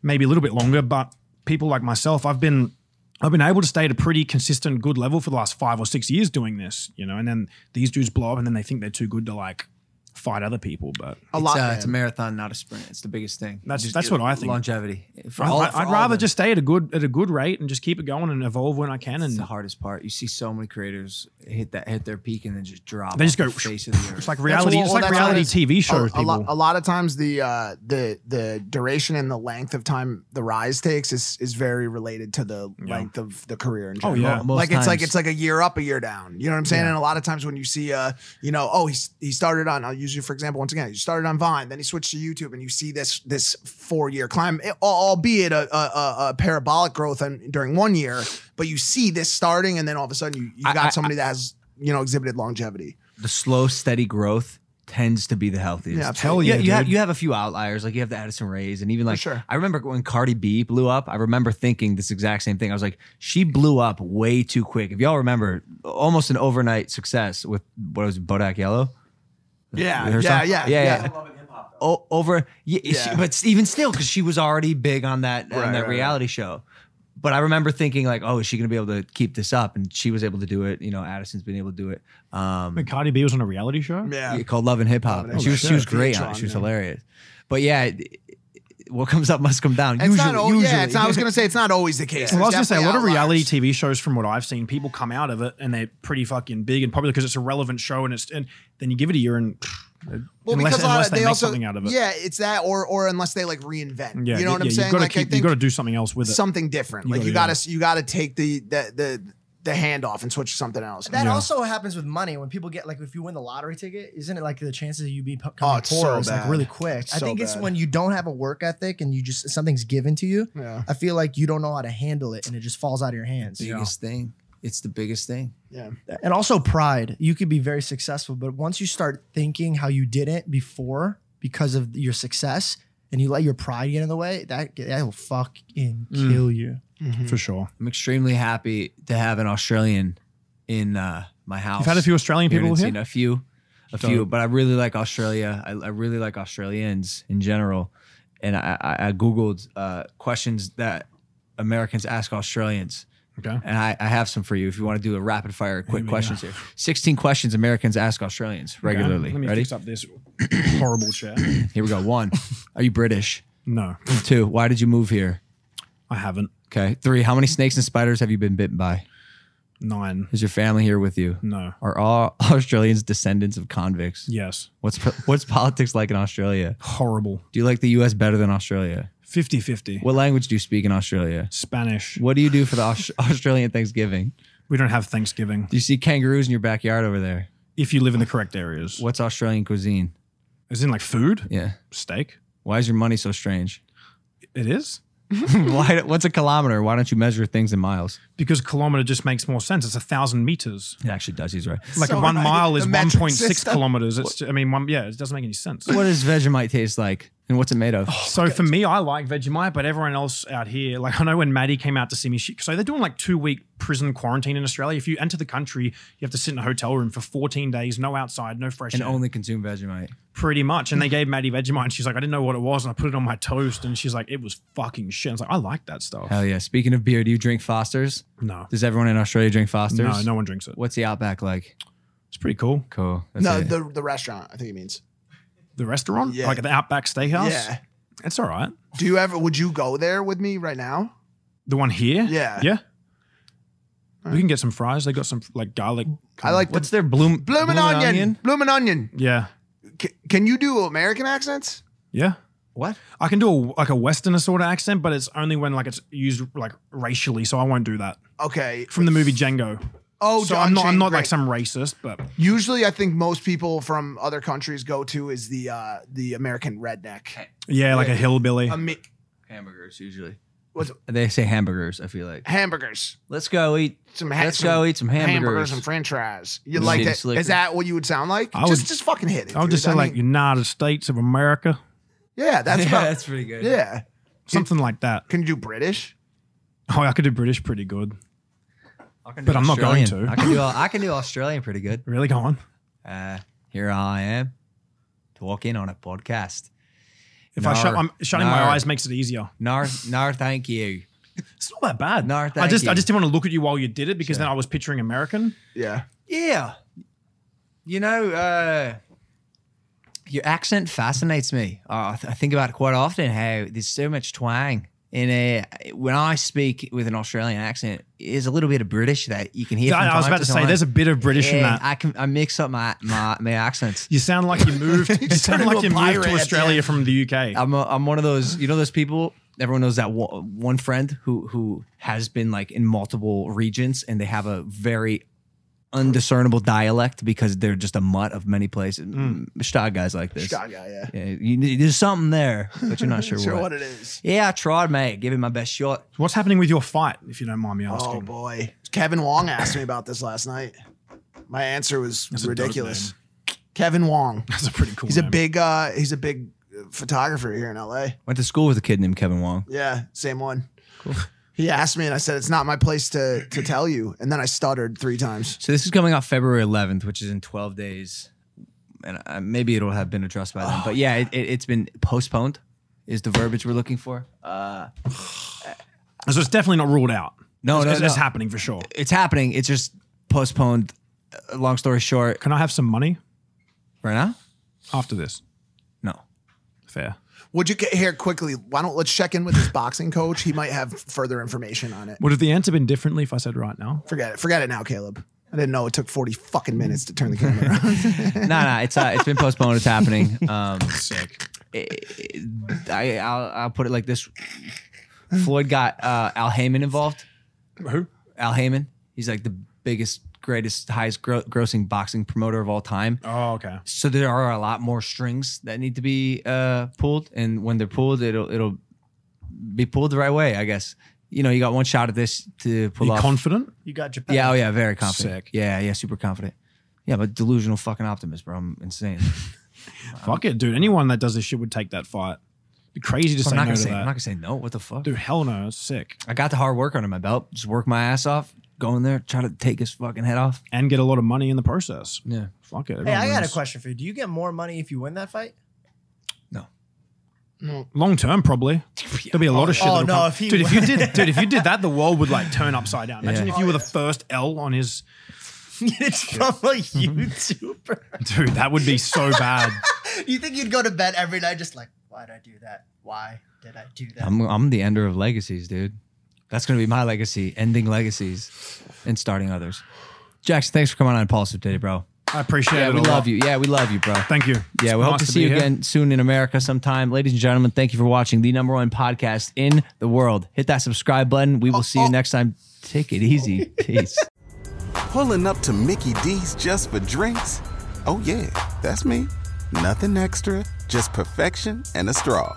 maybe a little bit longer, but people like myself, I've been I've been able to stay at a pretty consistent good level for the last five or six years doing this, you know, and then these dudes blow up and then they think they're too good to like fight other people. But A It's, lot. uh, man. it's a marathon, not a sprint. It's the biggest thing. That's- Just that's get what I think. Longevity. For I, all- for would all rather of them. just stay at a good at a good rate and just keep it going and evolve when I can. It's And the hardest part. You see so many creators hit that hit their peak and then just drop. They just off go, the face of the earth. it's like That's reality. what- It's well, like that's what reality TV show. a, a people. lot, a lot of times the uh, the the duration and the length of time the rise takes is is very related to the length of the career in general. Oh, yeah. Mo- most like it's like times. it's like a year up, a year down. You know what I'm saying? And a lot of times when you see uh, you know, oh, he's he started on. I'll use you for example once again. He started on Vine, then he switched to YouTube, and you see this this four year climb, it- al- albeit a, a, a, a parabolic growth in, during one year, but you see this starting, and then all of a sudden you you I- got I- somebody that has you know exhibited longevity. the slow, steady growth tends to be the healthiest. Yeah, Hell Yeah, yeah, you have dude. you have a few outliers. Like you have the Addison Rays, and even like sure. I remember when Cardi B blew up. I remember thinking this exact same thing. I was like, she blew up way too quick. If y'all remember, almost an overnight success with what was it, Bodak Yellow. Yeah, Her yeah, song? yeah, yeah, yeah. O- over, yeah, she- Yeah. but even still, because she was already big on that on Right, that right, reality show. But I remember thinking like, oh, is she going to be able to keep this up? And she was able to do it. You know, Addison's been able to do it. Um, Cardi B was on a reality show. Yeah. yeah, called Love and Hip Hop. Love and And Hip she was Hop. she was Sure. great on it. Patreon, She was yeah. hilarious. But yeah, it- it- what comes up must come down. It's usually, not al- usually. yeah, it's not, I was gonna say it's not always the case. Well, I was gonna There's say a lot of definitely reality TV outliers. shows, from what I've seen, people come out of it and they're pretty fucking big, and probably because it's a relevant show, and it's and then you give it a year, and Well, unless, because a lot unless of, they, they, make also, something out of it, Yeah, it's that, or or unless they like reinvent. you know what I'm yeah, saying? You've got to like keep, you got to do something else with it. something different. You like gotta you do gotta you gotta take the the the the hand off and switch to something else. That also happens with money when people get like if you win the lottery ticket, isn't it like the chances of you be Oh, becoming it's poor so is bad. like really quick? I so think it's bad. when you don't have a work ethic and you just something's given to you. Yeah. I feel like you don't know how to handle it and it just falls out of your hands. biggest thing. It's the biggest thing. yeah. And also pride. You could be very successful, but once you start thinking how you didn't before because of your success and you let your pride get in the way, that that will fucking Mm. kill you. Mm-hmm. for sure. I'm extremely happy to have an Australian in uh, my house. You've had a few Australian people Seen here. a few, a few. But I really like Australia. I, I really like Australians in general. And I, I, I googled uh, questions that Americans ask Australians. Okay. And I, I have some for you if you want to do a rapid fire, quick questions here. 16 questions Americans ask Australians regularly. Let me Ready? fix up this horrible chair. Here we go. One, are you British? No, Two, why did you move here? I haven't. Okay. Three, how many snakes and spiders have you been bitten by? Nine. Is your family here with you? No. Are all Australians descendants of convicts? Yes. What's what's politics like in Australia? Horrible. Do you like the U.S. better than Australia? 50-50. What language do you speak in Australia? Spanish. What do you do for the Aus- Australian Thanksgiving? We don't have Thanksgiving Do you see kangaroos in your backyard over there? if you live in the correct areas. What's Australian cuisine? As in like food, Yeah. steak. Why is your money so strange? It is Why? What's a kilometer? Why don't you measure things in miles? because kilometer just makes more sense. It's a thousand meters. It actually does. He's right. Like So one right. mile is The metric 1.6 system. kilometers. It's ju- I mean, one, yeah, it doesn't make any sense. What does Vegemite taste like, and what's it made of? So for me, I like Vegemite, but everyone else out here, like I know when Maddie came out to see me, she, so they're doing like two week prison quarantine in Australia. If you enter the country, you have to sit in a hotel room for 14 days, no outside, no fresh and air, only consume Vegemite. pretty much. And they gave Maddie Vegemite, and she's like, I didn't know what it was, and I put it on my toast, and she's like, it was fucking shit. I was like, I like that stuff. Hell yeah! Speaking of beer, do you drink Foster's? No, Does everyone in Australia drink Foster's? no, no one drinks it. What's the Outback like? It's pretty cool. Cool. That's No, it. the the restaurant. I think he means. The restaurant, Yeah. like at the Outback Steakhouse, Yeah. it's all right. Do you ever? Would you go there with me right now? The one here, Yeah. yeah. We can get some fries. They got some like garlic. I like what's the their bloom bloomin' onion. Bloomin' onion. Yeah, C- can you do American accents? yeah. What? I can do a, like a Westerner sort of accent, but it's only when like it's used like racially. So I won't do that. Okay. From the movie Django. Oh, so John I'm not. I'm Chang, not like right. some racist, but Usually, I think most people from other countries go to is the uh the American redneck. yeah, like a Yeah. hillbilly. Ami- Hamburgers usually. what's They say hamburgers. I feel like. hamburgers? Let's go eat. Some ha- let's some go eat some hamburgers. and French fries. You Some like shitty that? slickers. Is that what you would sound like? I just would- just fucking hit it. I'll just dude. say I like mean, United States of America, yeah, that's yeah, about, that's pretty good. yeah. something like that. Can you do British? Oh, I could do British pretty good. I can But do I'm not going Australian. to. I can do. I can do Australian pretty good. Really, go on. Uh, here I am, talking on a podcast. If I shut, Nar- I'm shutting my nar- eyes makes it easier. Nar, nar, thank you. It's not that bad. No, I thank just, I you. just didn't want to look at you while you did it because then I was picturing American. Yeah. Yeah. You know, uh, your accent fascinates me. Uh, I, th- I think about it quite often how there's so much twang. in a, when I speak with an Australian accent, there's a little bit of British that you can hear. I, from I was time about to say, time. there's a bit of British in Yeah, that. I can I mix up my my, my accents. You sound like you moved. you sound turned like into you a pirate moved at the to end. Australia from the UK. I'm a, I'm one of those you know those people everyone knows that one, one friend who who has been like in multiple regions and they have a very undiscernible dialect because they're just a mutt of many places. Stag guys like this. Chicago, yeah. Yeah, you, there's something there, but you're not sure, Sure, what. what it is. Yeah, I tried, mate. Give it my best shot. What's happening with your fight, if you don't mind me Oh asking? boy, Kevin Wong asked me about this last night. My answer was a dope ridiculous. Kevin Wong. That's a pretty cool. He's a name. big. uh He's a big uh, photographer here in LA. Went to school with a kid named Kevin Wong. Yeah, same one. He asked me, and I said, "It's not my place to to tell you." And then I stuttered three times. So this is coming out February 11th, which is in 12 days, and uh, maybe it'll have been addressed by then. But yeah, it, it, it's been postponed. Is the verbiage we're looking for? Uh, So it's definitely not ruled out. No, it's, no, it's, no. it's happening for sure. it's happening. It's just postponed. Uh, long story short, Can I have some money right now, after this? no. Fair. Would you get here quickly? Why don't let's check in with this boxing coach? He might have further information on it. Would have the answer been differently if I said right now? Forget it. Forget it now, Caleb. I didn't know it took forty fucking minutes to turn the camera. on. no, no. It's uh, it's been postponed. It's happening. Um, Sick. it- it- I I'll, I'll put it like this: Floyd got uh, Al Heyman involved. Who? Al Heyman. He's like the biggest, greatest, highest gro- grossing boxing promoter of all time. Oh, okay. so there are a lot more strings that need to be uh, pulled, and when they're pulled, it'll it'll be pulled the right way, I guess. You know, you got one shot at this to Are pull you off. confident? You got Japan. yeah, oh yeah, very confident. Sick. Yeah, yeah, super confident. Yeah, but delusional fucking optimist, bro. I'm insane. Fuck it, dude. Anyone that does this shit would take that fight. Be crazy to I'm say not no gonna to say. I'm that. not gonna say no. What the fuck? Dude, hell no. It's sick. I got the hard work under my belt. Just work my ass off. Go in there, try to take his fucking head off. And get a lot of money in the process. Yeah. Fuck it. Hey, I got a question for you. Do you get more money if you win that fight? Long term, probably. There'll be a lot of shit. Oh, that'll no, come- if he- dude, if you did, dude, if you did that, the world would like turn upside down. Imagine if you were the first L on his. it's from a YouTuber. Dude, that would be so bad. you think you'd go to bed every night just like, why did I do that? Why did I do that? I'm I'm the ender of legacies, dude. That's gonna be my legacy, ending legacies and starting others. Jackson, thanks for coming on Impulsive today, bro. I appreciate Yeah, it. we a lot. love you. Yeah, we love you, bro. Thank you. Yeah, It's we hope nice to be see you here. again soon in America sometime. Ladies and gentlemen, thank you for watching the number one podcast in the world. Hit that subscribe button. We will see you next time. Take it easy. Peace. Pulling up to Mickey D's just for drinks? Oh, yeah, that's me. Nothing extra, just perfection and a straw.